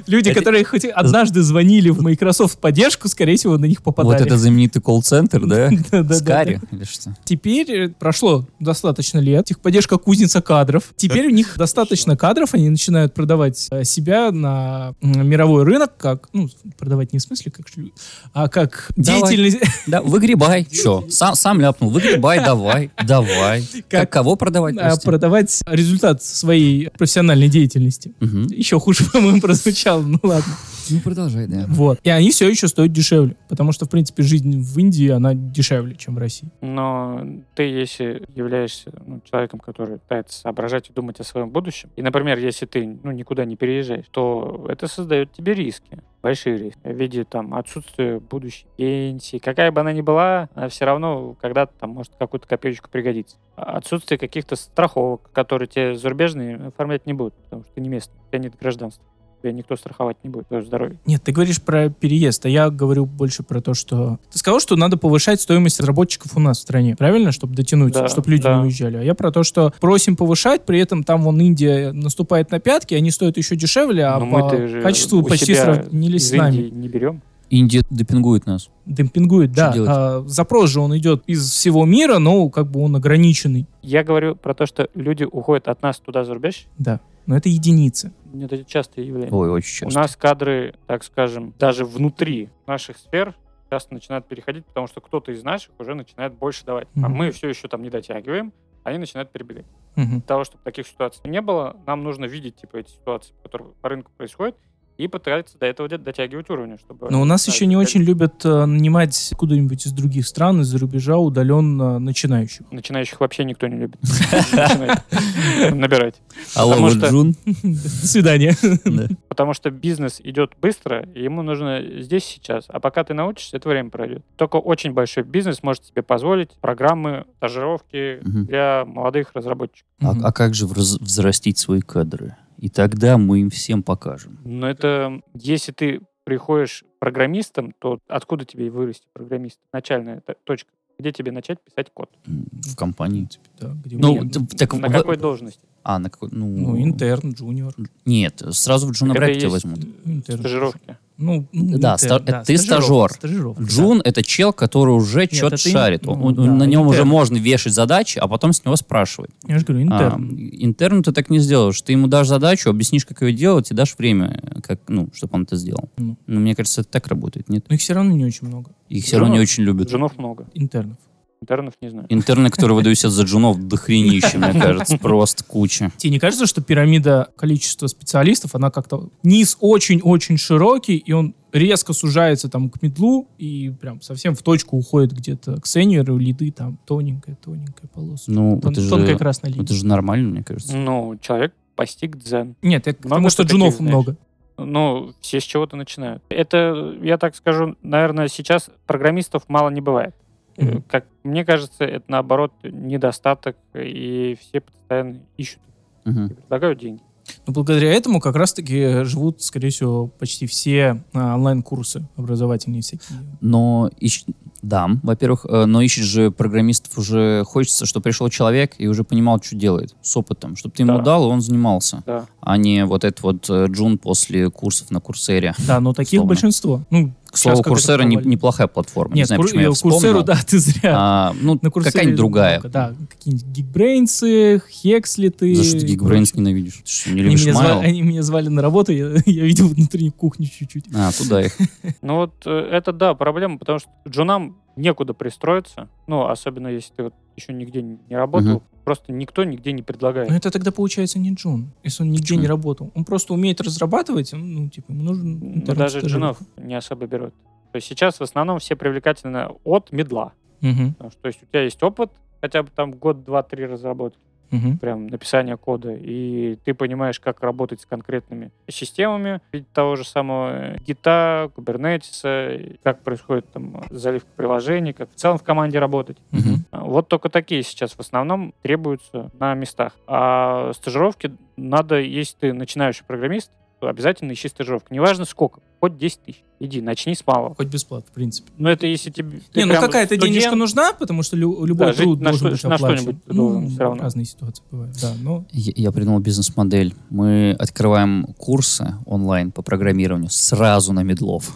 Speaker 2: Люди,
Speaker 3: Это-
Speaker 2: которые хоть однажды звонили в Microsoft в поддержку, скорее всего, на них попадали.
Speaker 3: Вот это знаменитый колл-центр, да?
Speaker 2: Да-да-да.
Speaker 3: Скари или что?
Speaker 2: Теперь э, прошло достаточно лет, техподдержка кузница кадров. Теперь у них достаточно кадров, они начинают продавать э, себя на м, мировой рынок, как, ну, продавать не в смысле, как шлю- а как
Speaker 3: Давай.
Speaker 2: деятельность,
Speaker 3: Да, выгребай. Чё? Сам, сам ляпнул. Выгребай, давай, давай. Как
Speaker 2: Как-
Speaker 3: кого продавать?
Speaker 2: а,
Speaker 3: прости?
Speaker 2: продавать результат своей профессиональной деятельности.
Speaker 3: Мгм.
Speaker 2: Еще хуже, по-моему, прозвучало, ну ладно.
Speaker 3: Ну, продолжай, да.
Speaker 2: Вот. И они все еще стоят дешевле. Потому что, в принципе, жизнь в Индии, она дешевле, чем в России.
Speaker 4: Но ты, если являешься ну, человеком, который пытается соображать и думать о своем будущем, и, например, если ты ну, никуда не переезжаешь, то это создает тебе риски, большие риски, в виде там, отсутствия будущей пенсии. Какая бы она ни была, все равно когда-то там может какую-то копеечку пригодится. А Отсутствие каких-то страховок, которые тебе зарубежные оформлять не будут, потому что ты не местный, у тебя нет гражданства, тебя никто страховать не будет, твое здоровье.
Speaker 2: Нет, ты говоришь про переезд, а я говорю больше про то, что... Ты сказал, что надо повышать стоимость разработчиков у нас в стране, правильно? Чтобы дотянуть,
Speaker 4: Да,
Speaker 2: чтобы люди
Speaker 4: да.
Speaker 2: не уезжали. А я про то, что просим повышать, при этом там вон Индия наступает на пятки, они стоят еще дешевле, а
Speaker 4: Но
Speaker 2: по
Speaker 4: мы-то же
Speaker 2: качеству
Speaker 4: у
Speaker 2: почти
Speaker 4: себя
Speaker 2: сравнились
Speaker 4: из
Speaker 2: с нами.
Speaker 4: Индии не берем.
Speaker 3: Индия демпингует нас.
Speaker 2: Демпингует, да.
Speaker 3: делать?
Speaker 2: А запрос же он идет из всего мира, но как бы он ограниченный.
Speaker 4: Я говорю про то, что люди уходят от нас туда за рубеж,
Speaker 2: Да. Но это единицы.
Speaker 4: Это частое явление.
Speaker 3: Ой, очень
Speaker 4: У
Speaker 3: часто.
Speaker 4: нас кадры, так скажем, даже внутри наших сфер часто начинают переходить, потому что кто-то из наших уже начинает больше давать. А
Speaker 2: Мгм.
Speaker 4: мы все еще там не дотягиваем, они начинают перебегать.
Speaker 2: Мгм.
Speaker 4: Для того, чтобы таких ситуаций не было, нам нужно видеть типа эти ситуации, которые по рынку происходят, и пытаться до этого где-то дотягивать уровня, чтобы...
Speaker 2: Но у нас
Speaker 4: Да,
Speaker 2: еще не
Speaker 4: это
Speaker 2: очень любят э, нанимать куда-нибудь из других стран, из-за рубежа, удаленно начинающих.
Speaker 4: Начинающих вообще никто не любит. Начинает Набирать.
Speaker 3: Алло,
Speaker 4: потому
Speaker 3: вот
Speaker 4: что-
Speaker 3: Джун.
Speaker 2: До свидания.
Speaker 3: Да.
Speaker 4: Потому что бизнес идет быстро, и ему нужно здесь сейчас. А пока ты научишься, это время пройдет. Только очень большой бизнес может себе позволить программы, стажировки
Speaker 3: Мгм.
Speaker 4: для молодых разработчиков.
Speaker 3: А, а как же враз- взрастить свои кадры? И тогда мы им всем покажем.
Speaker 4: Но это если ты приходишь программистом, то откуда тебе и вырасти программист? Начальная т- точка. Где тебе начать писать код?
Speaker 3: М, В компании.
Speaker 2: Да, где
Speaker 3: Ну,
Speaker 2: мы-
Speaker 3: т- так
Speaker 4: На
Speaker 3: в-
Speaker 4: какой должности?
Speaker 3: А, на какой? Ну,
Speaker 2: ну, интерн, джуниор.
Speaker 3: Нет, сразу в Джуна
Speaker 4: Так это
Speaker 3: вряд ли тебя
Speaker 4: есть-
Speaker 3: возьмут.
Speaker 2: Интерн.
Speaker 4: Стажировки.
Speaker 2: Ну, ну,
Speaker 3: Да,
Speaker 2: интерн,
Speaker 3: ста- э, ты стажер.
Speaker 2: стажировка, да.
Speaker 3: Джун это чел, который уже что-то
Speaker 2: это ин-
Speaker 3: шарит.
Speaker 2: ну,
Speaker 3: Он- он-
Speaker 2: да,
Speaker 3: на нем уже
Speaker 2: интерн.
Speaker 3: можно вешать задачи, а потом с него спрашивать.
Speaker 2: Я же говорю,
Speaker 3: А,
Speaker 2: интерн.
Speaker 3: интерну ты так не сделаешь. Ты ему дашь задачу, объяснишь, как ее делать, и дашь время, как, ну, чтобы он это сделал.
Speaker 2: Ну.
Speaker 3: Но мне кажется, это так работает, нет?
Speaker 2: Но их все равно не очень много,
Speaker 3: Их все равно не
Speaker 4: Джунов-
Speaker 3: очень любят.
Speaker 4: Джунов много.
Speaker 2: интернов.
Speaker 4: Интернов не знаю.
Speaker 3: Интерны, которые выдают за джунов, дохренища, мне кажется, просто куча.
Speaker 2: Тебе не кажется, что пирамида количества специалистов, она как-то... Низ очень-очень широкий, и он резко сужается там к медлу, и прям совсем в точку уходит где-то к сеньору, лиды там тоненькая-тоненькая полоса.
Speaker 3: Ну,
Speaker 2: Тон-
Speaker 3: это
Speaker 2: тонкая
Speaker 3: же,
Speaker 2: красная линия.
Speaker 3: это же нормально, мне кажется.
Speaker 4: Ну, человек постиг дзен.
Speaker 2: Нет, я к
Speaker 4: Много
Speaker 2: тому, что
Speaker 4: таких,
Speaker 2: джунов
Speaker 4: знаешь?
Speaker 2: много.
Speaker 4: Ну, все с чего-то начинают. Это, я так скажу, наверное, сейчас программистов мало не бывает. Э,
Speaker 2: Мгм.
Speaker 4: Как мне кажется, это наоборот недостаток, и все постоянно ищут
Speaker 3: Мгм.
Speaker 4: и предлагают деньги.
Speaker 2: Но Ну, благодаря этому как раз-таки живут, скорее всего, почти все а, онлайн-курсы образовательные всякие.
Speaker 3: Но ищ... да, во-первых, э, но ищет же программистов уже хочется, чтобы пришел человек и уже понимал, что делает с опытом, чтобы ты ему
Speaker 4: Да.
Speaker 3: дал, и он занимался,
Speaker 4: Да.
Speaker 3: а не вот этот вот э, джун после курсов на Курсере.
Speaker 2: Да, но таких
Speaker 3: Словно.
Speaker 2: большинство. Ну,
Speaker 3: К слову,
Speaker 2: сейчас как-то
Speaker 3: Курсера не-
Speaker 2: глобально.
Speaker 3: неплохая платформа. не
Speaker 2: Нет,
Speaker 3: знаю,
Speaker 2: кур-
Speaker 3: почему я
Speaker 2: э,
Speaker 3: вспомнил.
Speaker 2: курсеру, да, ты зря.
Speaker 3: А, ну,
Speaker 2: На Курсере
Speaker 3: какая-нибудь другая.
Speaker 2: много, да, какие-нибудь гигбрейнсы, хекслиты.
Speaker 3: За что ты
Speaker 2: и
Speaker 3: Geekbrains ненавидишь? Ты что, не
Speaker 2: Они
Speaker 3: любишь
Speaker 2: меня,
Speaker 3: Майл?
Speaker 2: звали, они меня звали на работу, я, я видел внутреннюю кухню чуть-чуть.
Speaker 3: А, туда их.
Speaker 4: Ну вот э, это да, проблема, потому что джунам некуда пристроиться. Ну, особенно если ты вот еще нигде не не работал,
Speaker 3: Мгм.
Speaker 4: просто никто нигде не
Speaker 2: Но
Speaker 4: предлагает.
Speaker 2: это тогда получается не Джун, если он нигде
Speaker 3: Почему?
Speaker 2: не работал. Он просто умеет разрабатывать, он, ну, типа, ему нужен
Speaker 4: Ну,
Speaker 2: интернет
Speaker 4: даже джунов не особо берут. То есть сейчас в основном все привлекательны от медла.
Speaker 2: Угу,
Speaker 4: Потому что, то есть у тебя есть опыт, хотя бы там год, два, три разработки,
Speaker 2: угу.
Speaker 4: прям написание кода, и ты понимаешь, как работать с конкретными системами, ведь того же самого гита, кубернетиса, как происходит там заливка приложений, как в целом в команде работать.
Speaker 3: Мгм.
Speaker 4: Вот только такие сейчас в основном требуются на местах. А стажировки надо, если ты начинающий программист, то обязательно ищи стажировку. Неважно сколько, хоть 10 тысяч. Иди, начни с малого.
Speaker 2: Хоть бесплатно, в принципе.
Speaker 4: Но это если тебе... ты
Speaker 2: не, ну
Speaker 4: прям
Speaker 2: какая-то
Speaker 4: студент,
Speaker 2: денежка нужна, потому что лю- любой
Speaker 4: Да, жить
Speaker 2: труд
Speaker 4: на
Speaker 2: должен
Speaker 4: что-
Speaker 2: быть
Speaker 4: на
Speaker 2: оплачен.
Speaker 4: что-нибудь ты
Speaker 2: ну,
Speaker 4: должен всё равно.
Speaker 2: разные ситуации бывают, да. Но
Speaker 3: Я, я придумал бизнес-модель. Мы открываем курсы онлайн по программированию сразу на медлов.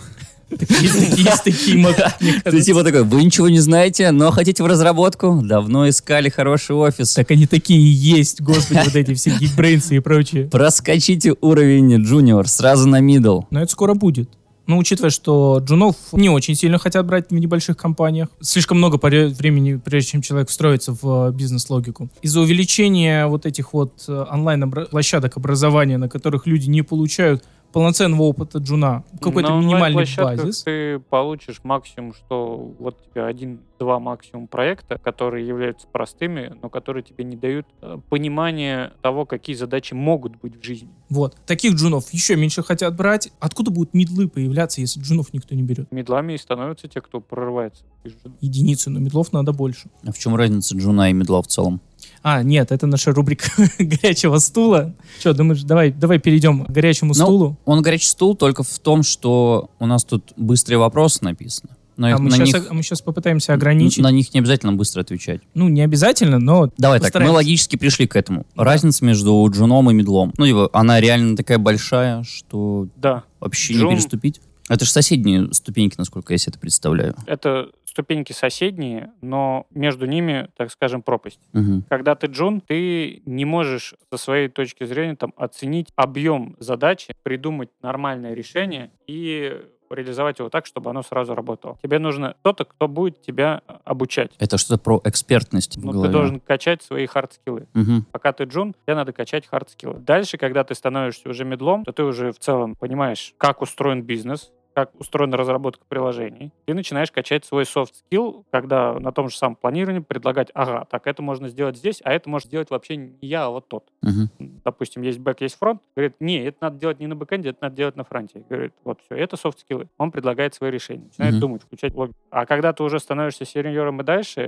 Speaker 2: есть, есть такие, мо- мне
Speaker 3: Ты
Speaker 2: кажется.
Speaker 3: типа такой, вы ничего не знаете, но хотите в разработку? Давно искали хороший офис.
Speaker 2: Так они такие и есть, господи, вот эти все гигбрейнсы и прочее.
Speaker 3: Проскочите уровень джуниор сразу на мидл.
Speaker 2: Но это скоро будет. Ну, учитывая, что джунов не очень сильно хотят брать в небольших компаниях. Слишком много поре- времени, прежде чем человек встроится в э, бизнес-логику. Из-за увеличения вот этих вот э, онлайн-площадок образования, на которых люди не получают полноценного опыта джуна, какой-то
Speaker 4: на
Speaker 2: минимальный
Speaker 4: онлайн-площадках
Speaker 2: базис.
Speaker 4: Ты получишь максимум, что вот у тебя один-два максимум проекта, которые являются простыми, но которые тебе не дают э, понимания того, какие задачи могут быть в жизни.
Speaker 2: Вот. Таких джунов еще меньше хотят брать. Откуда будут мидлы появляться, если джунов никто не берет?
Speaker 4: Медлами и становятся те, кто прорывается. из джунов.
Speaker 2: Единицы, но медлов надо больше.
Speaker 3: А в чем разница джуна и медла в целом?
Speaker 2: А, нет, это наша рубрика горячего стула. Че, думаешь, давай, давай перейдем к горячему
Speaker 3: Ну,
Speaker 2: стулу.
Speaker 3: Он горячий стул только в том, что у нас тут быстрые вопросы написаны. Но
Speaker 2: А
Speaker 3: их-
Speaker 2: мы,
Speaker 3: на,
Speaker 2: сейчас,
Speaker 3: них,
Speaker 2: а мы щас попытаемся ограничить.
Speaker 3: на них не обязательно быстро отвечать.
Speaker 2: Ну, не обязательно, но
Speaker 3: Давай так, мы
Speaker 2: Постараемся.
Speaker 3: логически пришли к этому. Разница между джуном и медлом. Ну, типа, она реально такая большая, что
Speaker 4: Да,
Speaker 3: вообще
Speaker 4: Джун-
Speaker 3: не переступить. Это же соседние ступеньки, насколько я себе это представляю.
Speaker 4: это ступеньки соседние, но между ними, так скажем, пропасть.
Speaker 3: Мгм.
Speaker 4: Когда ты джун, ты не можешь со своей точки зрения там оценить объем задачи, придумать нормальное решение и реализовать его так, чтобы оно сразу работало. Тебе нужно кто-то, кто будет тебя а, обучать.
Speaker 3: Это что-то про экспертность в
Speaker 4: Но
Speaker 3: голове.
Speaker 4: Ну, ты должен качать свои хардскиллы.
Speaker 3: Мгм.
Speaker 4: Пока ты джун, тебе надо качать хардскиллы. Дальше, когда ты становишься уже медлом, то ты уже в целом понимаешь, как устроен бизнес, как устроена разработка приложений. Ты начинаешь качать свой soft skill, когда на том же самом планировании предлагать, ага, так это можно сделать здесь, а это может сделать вообще не я, а вот тот.
Speaker 3: Мгм.
Speaker 4: Допустим, есть бэк, есть фронт. Говорит, не, это надо делать не на бэкэнде, это надо делать на фронте. Говорит, вот все, это soft skills. Он предлагает свои решения, начинает
Speaker 3: Мгм.
Speaker 4: думать, включать логику. А когда ты уже становишься сеньором и дальше,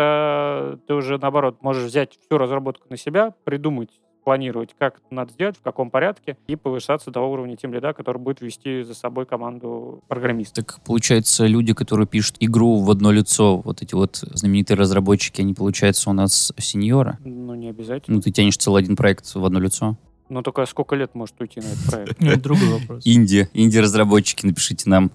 Speaker 4: это ты уже, наоборот, можешь взять всю разработку на себя, придумать планировать, как это надо сделать, в каком порядке, и повышаться до уровня тем лида, который будет вести за собой команду программистов.
Speaker 3: Так получается, люди, которые пишут игру в одно лицо, вот эти вот знаменитые разработчики, они, получается, у нас сеньора.
Speaker 4: Ну, не обязательно.
Speaker 3: Ну, ты тянешь целый один проект в одно лицо.
Speaker 4: Но только сколько лет может уйти на этот проект?
Speaker 2: Ну, это другой вопрос.
Speaker 3: Инди, инди-разработчики, напишите нам.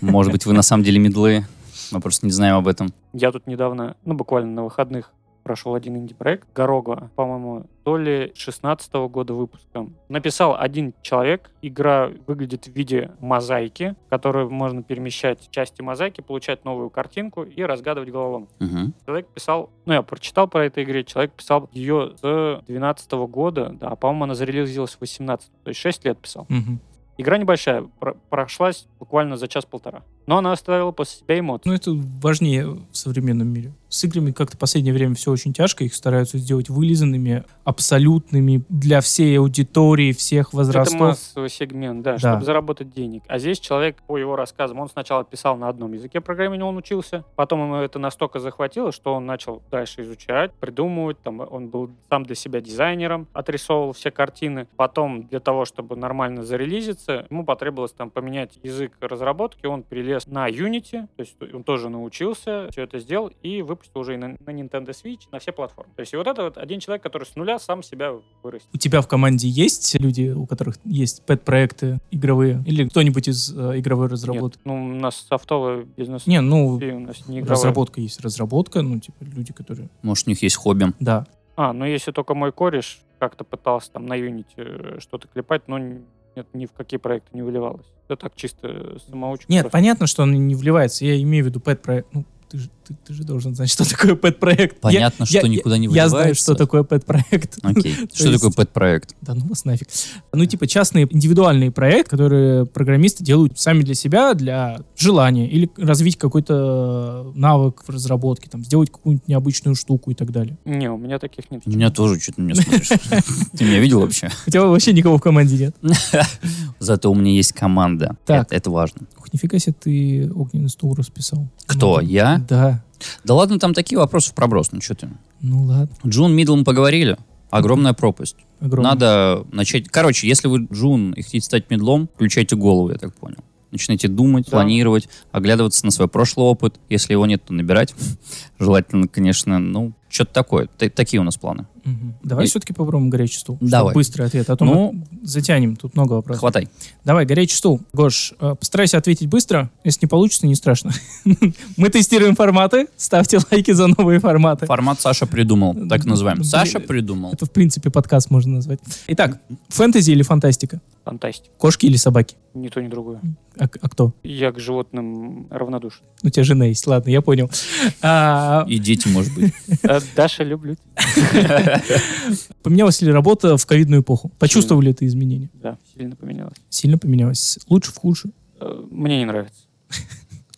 Speaker 3: Может быть, вы на самом деле медлы. Мы просто не знаем об этом.
Speaker 4: Я тут недавно, ну, буквально на выходных прошел один инди-проект, Горога, по-моему, то ли 16 года выпуска. Написал один человек, игра выглядит в виде мозаики, которую можно перемещать части мозаики, получать новую картинку и разгадывать головоломку.
Speaker 3: Мгм.
Speaker 4: Человек писал, ну я прочитал про эту игре, человек писал ее с 12 года, да, по-моему, она зарелизилась в 18, то есть 6 лет писал.
Speaker 2: Мгм.
Speaker 4: Игра небольшая, про- прошлась буквально за час-полтора. но она оставила после себя эмоции.
Speaker 2: Ну, это важнее в современном мире. С играми как-то в последнее время все очень тяжко, их стараются сделать вылизанными, абсолютными для всей аудитории, всех
Speaker 4: Это
Speaker 2: возрастов.
Speaker 4: массовый сегмент, да,
Speaker 2: Да.
Speaker 4: чтобы заработать денег. А здесь человек, по его рассказам, он сначала писал на одном языке программирования, он учился, потом ему это настолько захватило, что он начал дальше изучать, придумывать, там, он был сам для себя дизайнером, отрисовывал все картины. Потом для того, чтобы нормально зарелизиться, ему потребовалось там поменять язык разработки, он перелез на Unity, то есть он тоже научился, все это сделал и выпустил уже и на, на Nintendo Switch, на все платформы. То есть и вот это вот один человек, который с нуля сам себя вырастил.
Speaker 2: У тебя в команде есть люди, у которых есть пэт-проекты игровые? Или кто-нибудь из э, игровой разработки?
Speaker 4: Нет, ну, у нас софтовый бизнес.
Speaker 2: Не, ну,
Speaker 4: И у нас не игровой.
Speaker 2: разработка есть разработка, ну, типа, люди, которые...
Speaker 3: Может, у них есть хобби.
Speaker 2: Да,
Speaker 4: А, ну если только мой кореш как-то пытался там на Unity э, что-то клепать, но н- нет, ни в какие проекты не выливалось. Это так чисто самоучка.
Speaker 2: Нет,
Speaker 4: просто.
Speaker 2: понятно, что он не вливается. Я имею в виду пэт-проект. Ну, ты же, ты, ты же должен знать, что такое пэт-проект.
Speaker 3: Понятно,
Speaker 2: я-
Speaker 3: что никуда не
Speaker 2: Я,
Speaker 3: выливается.
Speaker 2: знаю, что такое пэт-проект.
Speaker 3: Окей. Что
Speaker 2: есть-
Speaker 3: такое пэт-проект?
Speaker 2: Да ну вас нафиг. Ну, типа частные индивидуальные проекты, которые программисты делают сами для себя, для желания. Или развить какой-то э, навык в разработке, там, сделать какую-нибудь необычную штуку и так далее.
Speaker 4: Не, у меня таких нет.
Speaker 3: У меня тоже что-то на меня смотришь. Ты меня видел вообще?
Speaker 2: Хотя вообще никого в команде нет.
Speaker 3: Зато у меня есть команда.
Speaker 2: Так.
Speaker 3: Это- Это важно.
Speaker 2: Ух, нифига себе ты огненный стул расписал.
Speaker 3: Кто?
Speaker 2: Ну,
Speaker 3: Я?
Speaker 2: Да.
Speaker 3: Да ладно, там такие вопросы в проброс. Ну что ты?
Speaker 2: Ну ладно.
Speaker 3: Джун Мидл мы поговорили. Огромная пропасть.
Speaker 2: Огромный.
Speaker 3: Надо начать... Короче, если вы Джун и хотите стать медлом, включайте голову, я так понял. Начинайте думать,
Speaker 4: Да.
Speaker 3: планировать, оглядываться на свой прошлый опыт. Если его нет, то набирать. Желательно, конечно, ну, что-то такое. Т- такие у нас планы.
Speaker 2: Мгм. Давай
Speaker 3: И-
Speaker 2: все-таки попробуем горячий стул. чтобы
Speaker 3: Давай.
Speaker 2: Быстрый ответ, а то
Speaker 3: Ну-
Speaker 2: мы затянем, тут много вопросов.
Speaker 3: Хватай.
Speaker 2: Давай, горячий стул. Гош, э, постарайся ответить быстро. Если не получится, не страшно. Мы тестируем форматы. Ставьте лайки за новые форматы.
Speaker 3: Формат Саша придумал. Так и называем.
Speaker 2: Блин.
Speaker 3: Саша придумал.
Speaker 2: Это, в принципе, подкаст можно назвать. Итак, фэнтези или фантастика?
Speaker 4: Фантастика.
Speaker 2: Кошки или собаки?
Speaker 4: Ни то, ни другое.
Speaker 2: А, а кто? Ну,
Speaker 4: Я к животным равнодушен.
Speaker 2: У тебя жена есть. Ладно, я понял. А,
Speaker 3: И дети, может быть.
Speaker 4: Э, Даша, люблю тебя.
Speaker 2: поменялась ли работа в ковидную эпоху? Почувствовали ты изменения?
Speaker 4: Да, сильно поменялось.
Speaker 2: Сильно поменялась? Лучше в худшую?
Speaker 4: Э, Мне не нравится.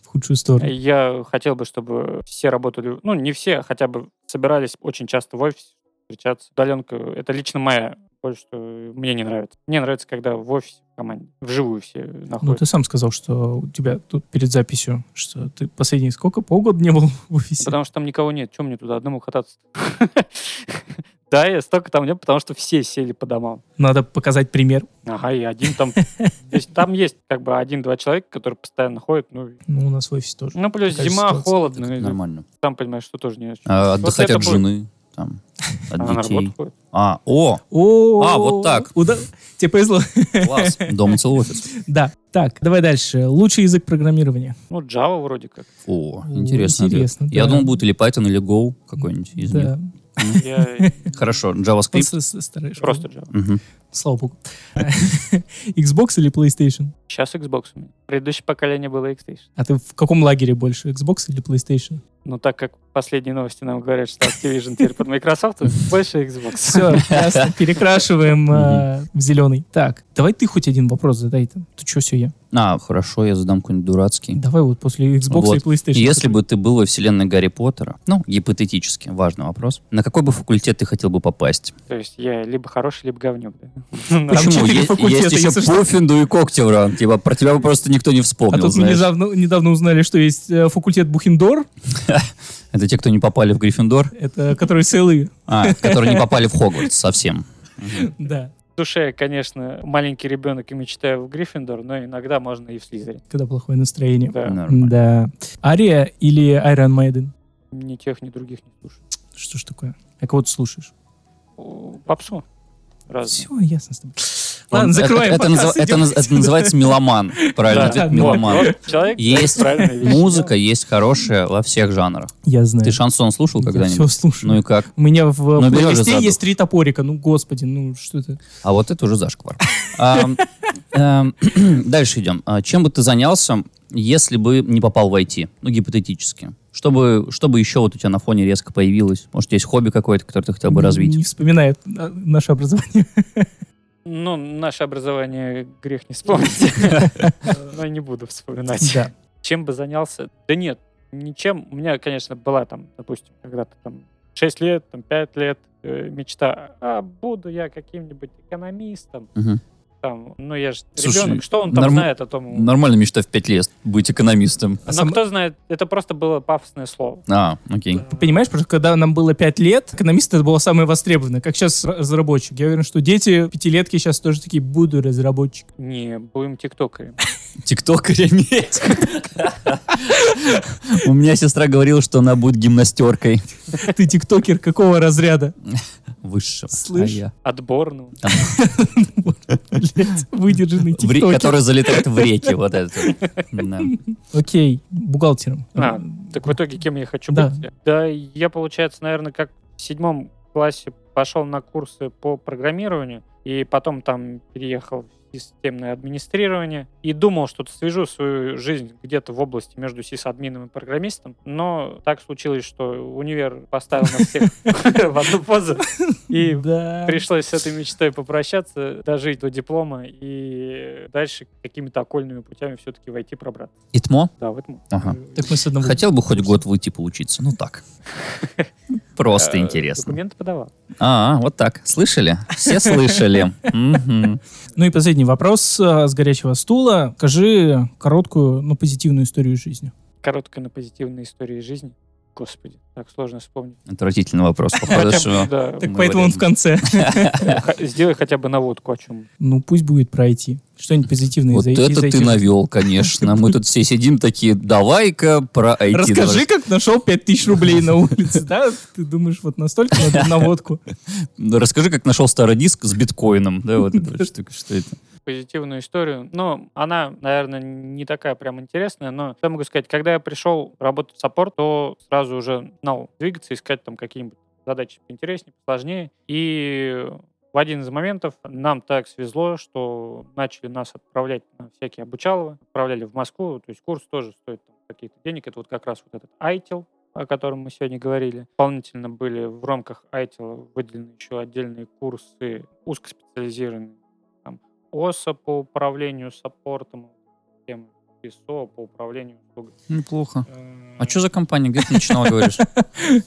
Speaker 2: В худшую сторону.
Speaker 4: Я хотел бы, чтобы все работали, ну, не все, а хотя бы собирались очень часто в офис встречаться. Удаленка — это лично моя боль, что мне не нравится. Мне нравится, когда в офисе в команде, вживую все
Speaker 2: Ну, ты
Speaker 4: находятся.
Speaker 2: сам сказал, что у тебя тут перед записью, что ты последние сколько? Полгода не был в офисе?
Speaker 4: Потому что там никого нет. Чем мне туда одному кататься? Да, я столько там нет, потому что все сели по домам.
Speaker 2: Надо показать пример.
Speaker 4: Ага, и один там... То есть там есть как бы один-два человека, которые постоянно ходят. Ну, и-
Speaker 2: Ну, у нас в офисе тоже.
Speaker 4: ну плюс
Speaker 2: Такая
Speaker 4: зима,
Speaker 2: ситуация.
Speaker 4: холодно. и
Speaker 3: Нормально.
Speaker 4: Там, понимаешь, что тоже не о чем.
Speaker 3: А,
Speaker 4: Вот
Speaker 3: Отдыхать
Speaker 4: это
Speaker 3: от
Speaker 4: будет.
Speaker 3: жены. Там,
Speaker 4: Она на
Speaker 3: от
Speaker 4: работу
Speaker 3: детей.
Speaker 4: ходит.
Speaker 3: А, о,
Speaker 2: О,
Speaker 3: А, вот так.
Speaker 2: Уда- Тебе повезло.
Speaker 3: класс. Дома целый офис.
Speaker 2: Да. Так, давай дальше. Лучший язык программирования.
Speaker 4: Ну, Java вроде как.
Speaker 3: О,
Speaker 2: О,
Speaker 3: интересно.
Speaker 2: интересно,
Speaker 3: Я
Speaker 2: да.
Speaker 3: думал, будет или Python, или Go какой-нибудь из них.
Speaker 2: Да.
Speaker 4: Я
Speaker 3: Хорошо,
Speaker 2: Он
Speaker 3: JavaScript.
Speaker 2: с- с- старый школы.
Speaker 4: просто Java.
Speaker 3: Мгм.
Speaker 2: Слава богу. Xbox или PlayStation?
Speaker 4: Сейчас Xbox у меня. Предыдущее поколение было X-Station.
Speaker 2: А ты в каком лагере больше? Xbox или PlayStation?
Speaker 4: Но Ну, так как последние новости нам говорят, что Activision теперь под Microsoft, то больше Xbox.
Speaker 2: Все, ясно. Перекрашиваем э, в зеленый. Так, давай ты хоть один вопрос задай. там. Ты что, все я?
Speaker 3: А, хорошо, я задам какой-нибудь дурацкий.
Speaker 2: Давай вот после Xbox и
Speaker 3: Вот.
Speaker 2: PlayStation.
Speaker 3: Если бы ты был во вселенной Гарри Поттера, ну, гипотетически, важный вопрос, на какой бы факультет ты хотел бы попасть?
Speaker 4: То есть я либо хороший, либо говнюк. да?
Speaker 2: Почему?
Speaker 3: Почему?
Speaker 2: четыре
Speaker 3: Е-
Speaker 2: факультета,
Speaker 3: Есть еще
Speaker 2: если что.
Speaker 3: Пуффинду и Когтевран. Типа, про тебя бы просто никто не
Speaker 2: А
Speaker 3: вспомнил,
Speaker 2: тут мы
Speaker 3: знаешь.
Speaker 2: недавно, недавно узнали, что есть э, факультет Бухендор,
Speaker 3: Это те, кто не попали в Гриффиндор,
Speaker 2: это который целый,
Speaker 3: а, которые не попали в Хогвартс совсем.
Speaker 2: да,
Speaker 4: В душе, конечно, маленький ребенок и мечтаю в Гриффиндор, но иногда можно и в Слизерин.
Speaker 2: когда плохое настроение.
Speaker 4: Да.
Speaker 3: Ну, Нормально.
Speaker 2: Да. Ария или Iron Maiden?
Speaker 4: Ни тех, ни других не слушаю.
Speaker 2: Что ж такое? А кого ты слушаешь?
Speaker 4: О, Попсу. Раз.
Speaker 2: Все, ясно с тобой.
Speaker 3: Он-
Speaker 2: Ладно,
Speaker 3: это-
Speaker 2: закрываем
Speaker 3: это
Speaker 2: подкаст,
Speaker 3: назва- Это
Speaker 2: идем.
Speaker 3: наз- это называется меломан. Правильно,
Speaker 4: Да,
Speaker 3: ответ
Speaker 2: да.
Speaker 3: меломан.
Speaker 4: Вот Человек
Speaker 3: Есть
Speaker 4: правильно вещи
Speaker 3: Музыка
Speaker 4: делает.
Speaker 3: есть хорошая во всех жанрах.
Speaker 2: Я знаю.
Speaker 3: Ты шансон слушал
Speaker 2: все
Speaker 3: когда-нибудь? Ну и
Speaker 2: слушаю.
Speaker 3: как?
Speaker 2: У меня в
Speaker 3: Ну, берешь
Speaker 2: плейлисте
Speaker 3: за дух.
Speaker 2: есть три топорика. Ну, господи, ну что это?
Speaker 3: А вот это уже зашквар. Ам, ам, Дальше идем. А Чем бы ты занялся, если бы не попал в IT? Ну, гипотетически. Что бы, что бы еще вот у тебя на фоне резко появилось? Может, есть хобби какое-то, которое ты хотел бы
Speaker 2: Не-
Speaker 3: развить?
Speaker 2: Не вспоминает а, наше образование.
Speaker 4: Ну, наше образование грех не вспомнить. Но и не буду вспоминать.
Speaker 2: Да.
Speaker 4: чем бы занялся? Да нет, ничем. У меня, конечно, была там, допустим, когда-то там 6 лет, там 5 лет э, мечта, а буду я каким-нибудь экономистом.
Speaker 5: Мгм.
Speaker 4: Там, ну я же
Speaker 3: Слушай,
Speaker 4: ребенок, что он там
Speaker 3: норм-
Speaker 4: знает о том?
Speaker 3: Нормальная мечта в пять лет быть экономистом.
Speaker 4: Но
Speaker 2: Сам-
Speaker 4: кто знает, это просто было пафосное слово.
Speaker 3: А, окей.
Speaker 2: Понимаешь, просто когда нам было 5 лет, экономисты это было самое востребованное, как сейчас разработчик. Я уверен, что дети пятилетки сейчас тоже такие, буду разработчик.
Speaker 4: Не, будем тиктокерами.
Speaker 3: Тиктокаря нет. У меня сестра говорила, что она будет гимнастеркой.
Speaker 2: Ты тиктокер какого разряда?
Speaker 3: Высшего.
Speaker 2: Слышь?
Speaker 3: А я-
Speaker 4: Отборную.
Speaker 2: Блядь, выдержанный
Speaker 3: В ре-
Speaker 2: тиктокер.
Speaker 3: Которая залетает в реки, вот это. Да.
Speaker 2: Окей, бухгалтером.
Speaker 4: А, так в итоге кем я хочу
Speaker 2: Да.
Speaker 4: быть? Да, я, получается, наверное, как в седьмом классе пошел на курсы по программированию, и потом там переехал в системное администрирование, и думал, что свяжу свою жизнь где-то в области между сисадмином и программистом, но так случилось, что универ поставил нас всех в одну позу, и
Speaker 2: Да.
Speaker 4: пришлось с этой мечтой попрощаться, дожить до диплома, и дальше какими-то окольными путями все-таки войти пробраться.
Speaker 3: Итмо?
Speaker 4: Да, в этом.
Speaker 3: Ага.
Speaker 2: Так мы с одного...
Speaker 3: Хотел бы хоть год выйти поучиться. Ну так. Просто
Speaker 4: Э,
Speaker 3: интересно.
Speaker 4: Документы подавал.
Speaker 3: А, вот так. Слышали? Все слышали. Мгм.
Speaker 2: Ну и последний вопрос а, с горячего стула. Скажи короткую, но позитивную историю жизни.
Speaker 4: короткая, но позитивная история жизни. Господи, так сложно вспомнить.
Speaker 3: Отвратительный вопрос. Походу, что...
Speaker 4: Да,
Speaker 2: Так
Speaker 3: Мы
Speaker 2: поэтому он в
Speaker 3: валяем.
Speaker 2: конце.
Speaker 4: х- сделай хотя бы наводку о чем.
Speaker 2: Ну пусть будет пройти. Что-нибудь позитивное
Speaker 3: Вот
Speaker 2: из из
Speaker 3: это ты
Speaker 2: этих.
Speaker 3: навел, конечно. Мы тут все сидим такие, давай-ка про IT.
Speaker 2: Расскажи, как нашел 5000 рублей на улице, да? Ты думаешь, вот настолько надо наводку?
Speaker 3: давай- Расскажи, как нашел старый диск с биткоином. Да, вот это вот штука, что это.
Speaker 4: Позитивную историю. Но она, наверное, не такая прям интересная, но я могу сказать, когда я пришел работать в саппорт, то сразу уже знал двигаться, искать там какие-нибудь задачи поинтереснее, посложнее. И в один из моментов нам так свезло, что начали нас отправлять на всякие обучаловы, отправляли в Москву, то есть курс тоже стоит там каких-то денег. Это вот как раз вот этот ITIL, о котором мы сегодня говорили. Дополнительно были в рамках ITIL выделены еще отдельные курсы узкоспециализированные. Там ОСА по управлению саппортом, системы ИСО по управлению услугами.
Speaker 3: Неплохо. А что за компания? Где ты начинал, говоришь?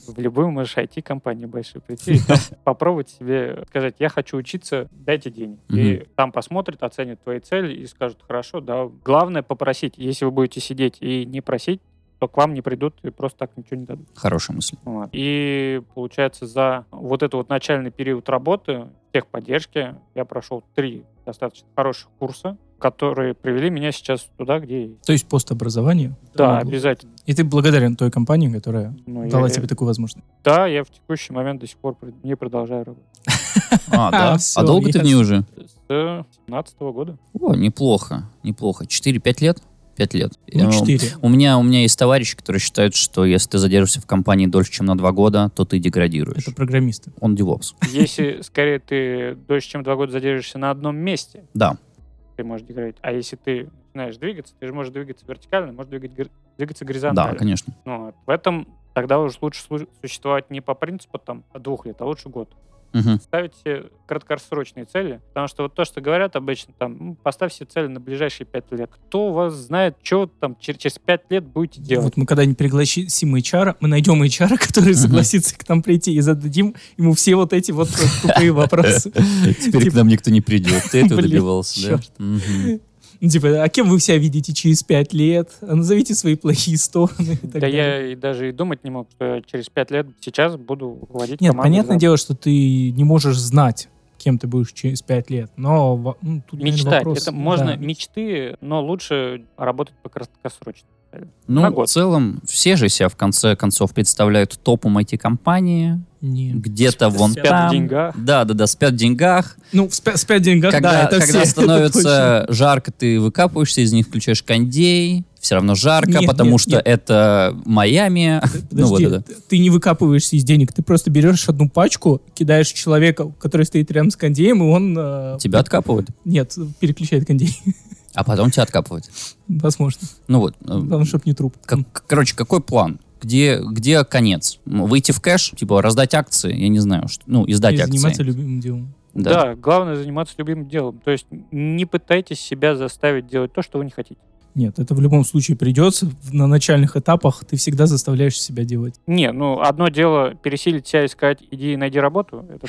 Speaker 4: В любую можешь IT-компанию большую прийти и там попробовать себе сказать, я хочу учиться, дайте денег. И там посмотрят, оценят твои цели и скажут, хорошо, да. Главное попросить. Если вы будете сидеть и не просить, то к вам не придут и просто так ничего не дадут.
Speaker 3: Хорошая мысль.
Speaker 4: Вот. И получается, за вот этот вот начальный период работы техподдержки я прошел три достаточно хороших курса, которые привели меня сейчас туда, где я есть.
Speaker 2: То есть постобразование?
Speaker 4: Да,
Speaker 2: Ну,
Speaker 4: обязательно.
Speaker 2: И ты благодарен той компании, которая
Speaker 4: Ну,
Speaker 2: дала
Speaker 4: я-
Speaker 2: тебе такую возможность.
Speaker 4: Да, я в текущий момент до сих пор пред- не продолжаю работать.
Speaker 3: А, да?
Speaker 2: всё,
Speaker 3: А долго ты в ней
Speaker 2: ясно.
Speaker 3: уже?
Speaker 4: С 17 года.
Speaker 3: О, неплохо, неплохо. 4-5 лет? 5 лет.
Speaker 2: Ну,
Speaker 3: Эм,
Speaker 2: четыре.
Speaker 3: У меня, у меня есть товарищи, которые считают, что если ты задержишься в компании дольше, чем на 2 года, то ты деградируешь.
Speaker 2: Это программисты.
Speaker 3: Он девопс.
Speaker 4: Если, скорее, ты дольше, чем два года задержишься на одном месте,
Speaker 3: Да.
Speaker 4: ты можешь играть. А если ты начинаешь двигаться, ты же можешь двигаться вертикально, можешь двигать гор- двигаться горизонтально.
Speaker 3: Да, конечно.
Speaker 4: Ну, вот. в этом тогда уже лучше слу- существовать не по принципу там двух лет, а лучше год.
Speaker 3: Мгм.
Speaker 4: Ставить себе краткосрочные цели, потому что вот то, что говорят обычно, там, «М, поставь себе цели на ближайшие пять лет. Кто у вас знает, что вы там чер- через пять лет будете делать?
Speaker 2: Вот мы когда-нибудь пригласим HR, мы найдем HR, который согласится к нам прийти и зададим ему все вот эти вот э, тупые вопросы.
Speaker 3: Теперь к
Speaker 2: Типа-
Speaker 3: нам никто не придет. Ты этого
Speaker 2: Блин,
Speaker 3: добивался, да?
Speaker 2: чёрт.
Speaker 3: Мгм.
Speaker 2: Ну, Типа, а кем вы себя видите через пять лет? А Назовите свои плохие стороны. и так
Speaker 4: Да
Speaker 2: далее.
Speaker 4: я и даже и думать не мог, что я через пять лет сейчас буду владеть
Speaker 2: Нет,
Speaker 4: командой.
Speaker 2: понятное дело, что ты не можешь знать, кем ты будешь через пять лет, но во- ну, тут наверное,
Speaker 4: Мечтать.
Speaker 2: вопрос.
Speaker 4: Это можно
Speaker 2: Да.
Speaker 4: мечты, но лучше работать по краткосрочно. На
Speaker 3: Ну, в
Speaker 4: год.
Speaker 3: целом, все же себя в конце концов представляют топом IT-компании.
Speaker 2: Не.
Speaker 3: Где-то вон
Speaker 4: Спят в
Speaker 3: там.
Speaker 4: деньгах.
Speaker 3: Да, да, да, спят в деньгах.
Speaker 2: Ну, в спя- спять деньгах, да,
Speaker 3: Когда,
Speaker 2: это
Speaker 3: когда
Speaker 2: все, это точно.
Speaker 3: становится жарко, ты выкапываешься из них, включаешь кондей. Все равно жарко,
Speaker 2: Нет,
Speaker 3: потому
Speaker 2: нет,
Speaker 3: что
Speaker 2: нет.
Speaker 3: это Майами. ну, вот
Speaker 2: Подожди,
Speaker 3: это.
Speaker 2: т- ты не выкапываешься из денег, ты просто берешь одну пачку, кидаешь человека, который стоит рядом с кондеем, и он... э,
Speaker 3: Тебя откапывают,
Speaker 2: Нет, переключает кондей,
Speaker 3: а потом тебя откапывают.
Speaker 2: возможно.
Speaker 3: Ну вот. э,
Speaker 2: Главное, чтобы не труп.
Speaker 3: как- короче, какой план? Где, где конец? М, Выйти в кэш? Типа раздать акции? Я не знаю. Что, ну, издать
Speaker 2: И
Speaker 3: акции.
Speaker 2: заниматься любимым делом.
Speaker 3: Да.
Speaker 4: Да. главное заниматься любимым делом. То есть не пытайтесь себя заставить делать то, что вы не хотите.
Speaker 2: Нет, это в любом случае придется. На начальных этапах ты всегда заставляешь себя делать.
Speaker 4: Не, ну одно дело пересилить себя и сказать, иди найди работу, это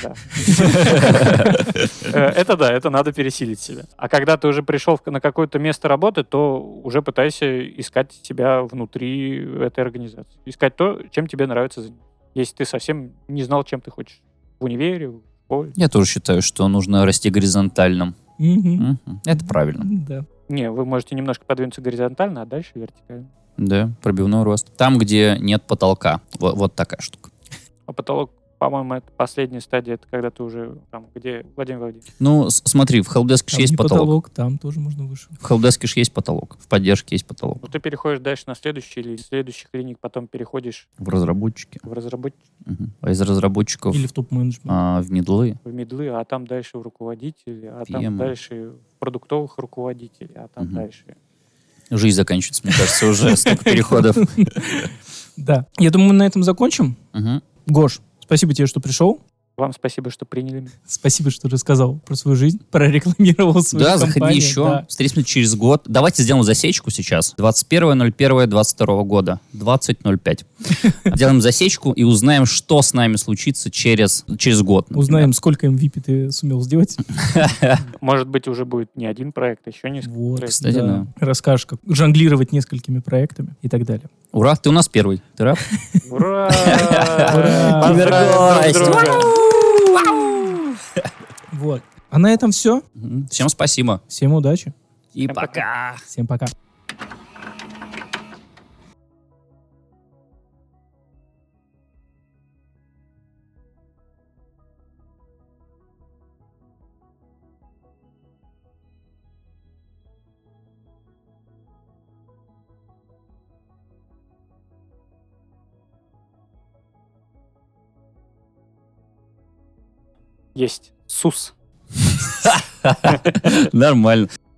Speaker 4: да. Это да, это надо пересилить себя. А когда ты уже пришел на какое-то место работы, то уже пытайся искать себя внутри этой организации. Искать то, чем тебе нравится заниматься. Если ты совсем не знал, чем ты хочешь. В универе, в школе.
Speaker 3: Я тоже считаю, что нужно расти горизонтально.
Speaker 2: Мгм.
Speaker 3: Мгм. Это правильно.
Speaker 2: Да.
Speaker 4: Не, вы можете немножко подвинуться горизонтально, а дальше вертикально.
Speaker 3: Да, пробивной рост. Там, где нет потолка. Во- Вот, такая штука.
Speaker 4: А потолок, по-моему, это последняя стадия, это когда ты уже там, где Владимир Владимирович.
Speaker 3: Ну, с- смотри, в Helpdesk же
Speaker 2: Там
Speaker 3: есть
Speaker 2: не
Speaker 3: потолок.
Speaker 2: Там тоже можно выше.
Speaker 3: В Helpdesk же есть потолок. В поддержке есть потолок.
Speaker 4: Ну, ты переходишь дальше на следующий или из следующих линик, потом переходишь
Speaker 3: В разработчике.
Speaker 4: в разработчиков,
Speaker 3: Мгм. А из разработчиков
Speaker 2: Или в топ-менеджмент.
Speaker 3: а, в медлы.
Speaker 4: в медлы, а там дальше в руководители, а
Speaker 3: PM.
Speaker 4: там дальше в продуктовых руководителей, а там
Speaker 3: Мгм.
Speaker 4: дальше.
Speaker 3: Жизнь заканчивается, мне кажется, уже столько переходов.
Speaker 2: Да. Я думаю, мы на этом закончим.
Speaker 3: Мгм.
Speaker 2: Гош, спасибо тебе, что пришел.
Speaker 4: Вам спасибо, что приняли меня.
Speaker 2: Спасибо, что рассказал про свою жизнь, прорекламировал свою
Speaker 3: Да,
Speaker 2: компанию.
Speaker 3: заходи еще.
Speaker 2: Да.
Speaker 3: Встретимся через год. Давайте сделаем засечку сейчас. 21.01.22 года. 20.05. Делаем засечку и узнаем, что с нами случится через, через год. например.
Speaker 2: Узнаем, сколько MVP ты сумел сделать.
Speaker 4: Может быть, уже будет не один проект, а еще несколько.
Speaker 2: Вот,
Speaker 4: проектов.
Speaker 3: кстати,
Speaker 2: Расскажешь, как жонглировать несколькими проектами и так далее.
Speaker 3: Ура, ты у нас первый. Ты рад?
Speaker 4: Ура!
Speaker 2: Ура!
Speaker 4: Поздравим друг
Speaker 3: Кибергость!
Speaker 4: друга.
Speaker 2: Вот. А на этом все.
Speaker 3: Мгм. Всем спасибо.
Speaker 2: Всем удачи.
Speaker 3: И
Speaker 4: Всем пока.
Speaker 3: пока.
Speaker 2: Всем пока.
Speaker 4: Есть. Сус.
Speaker 3: Нормально.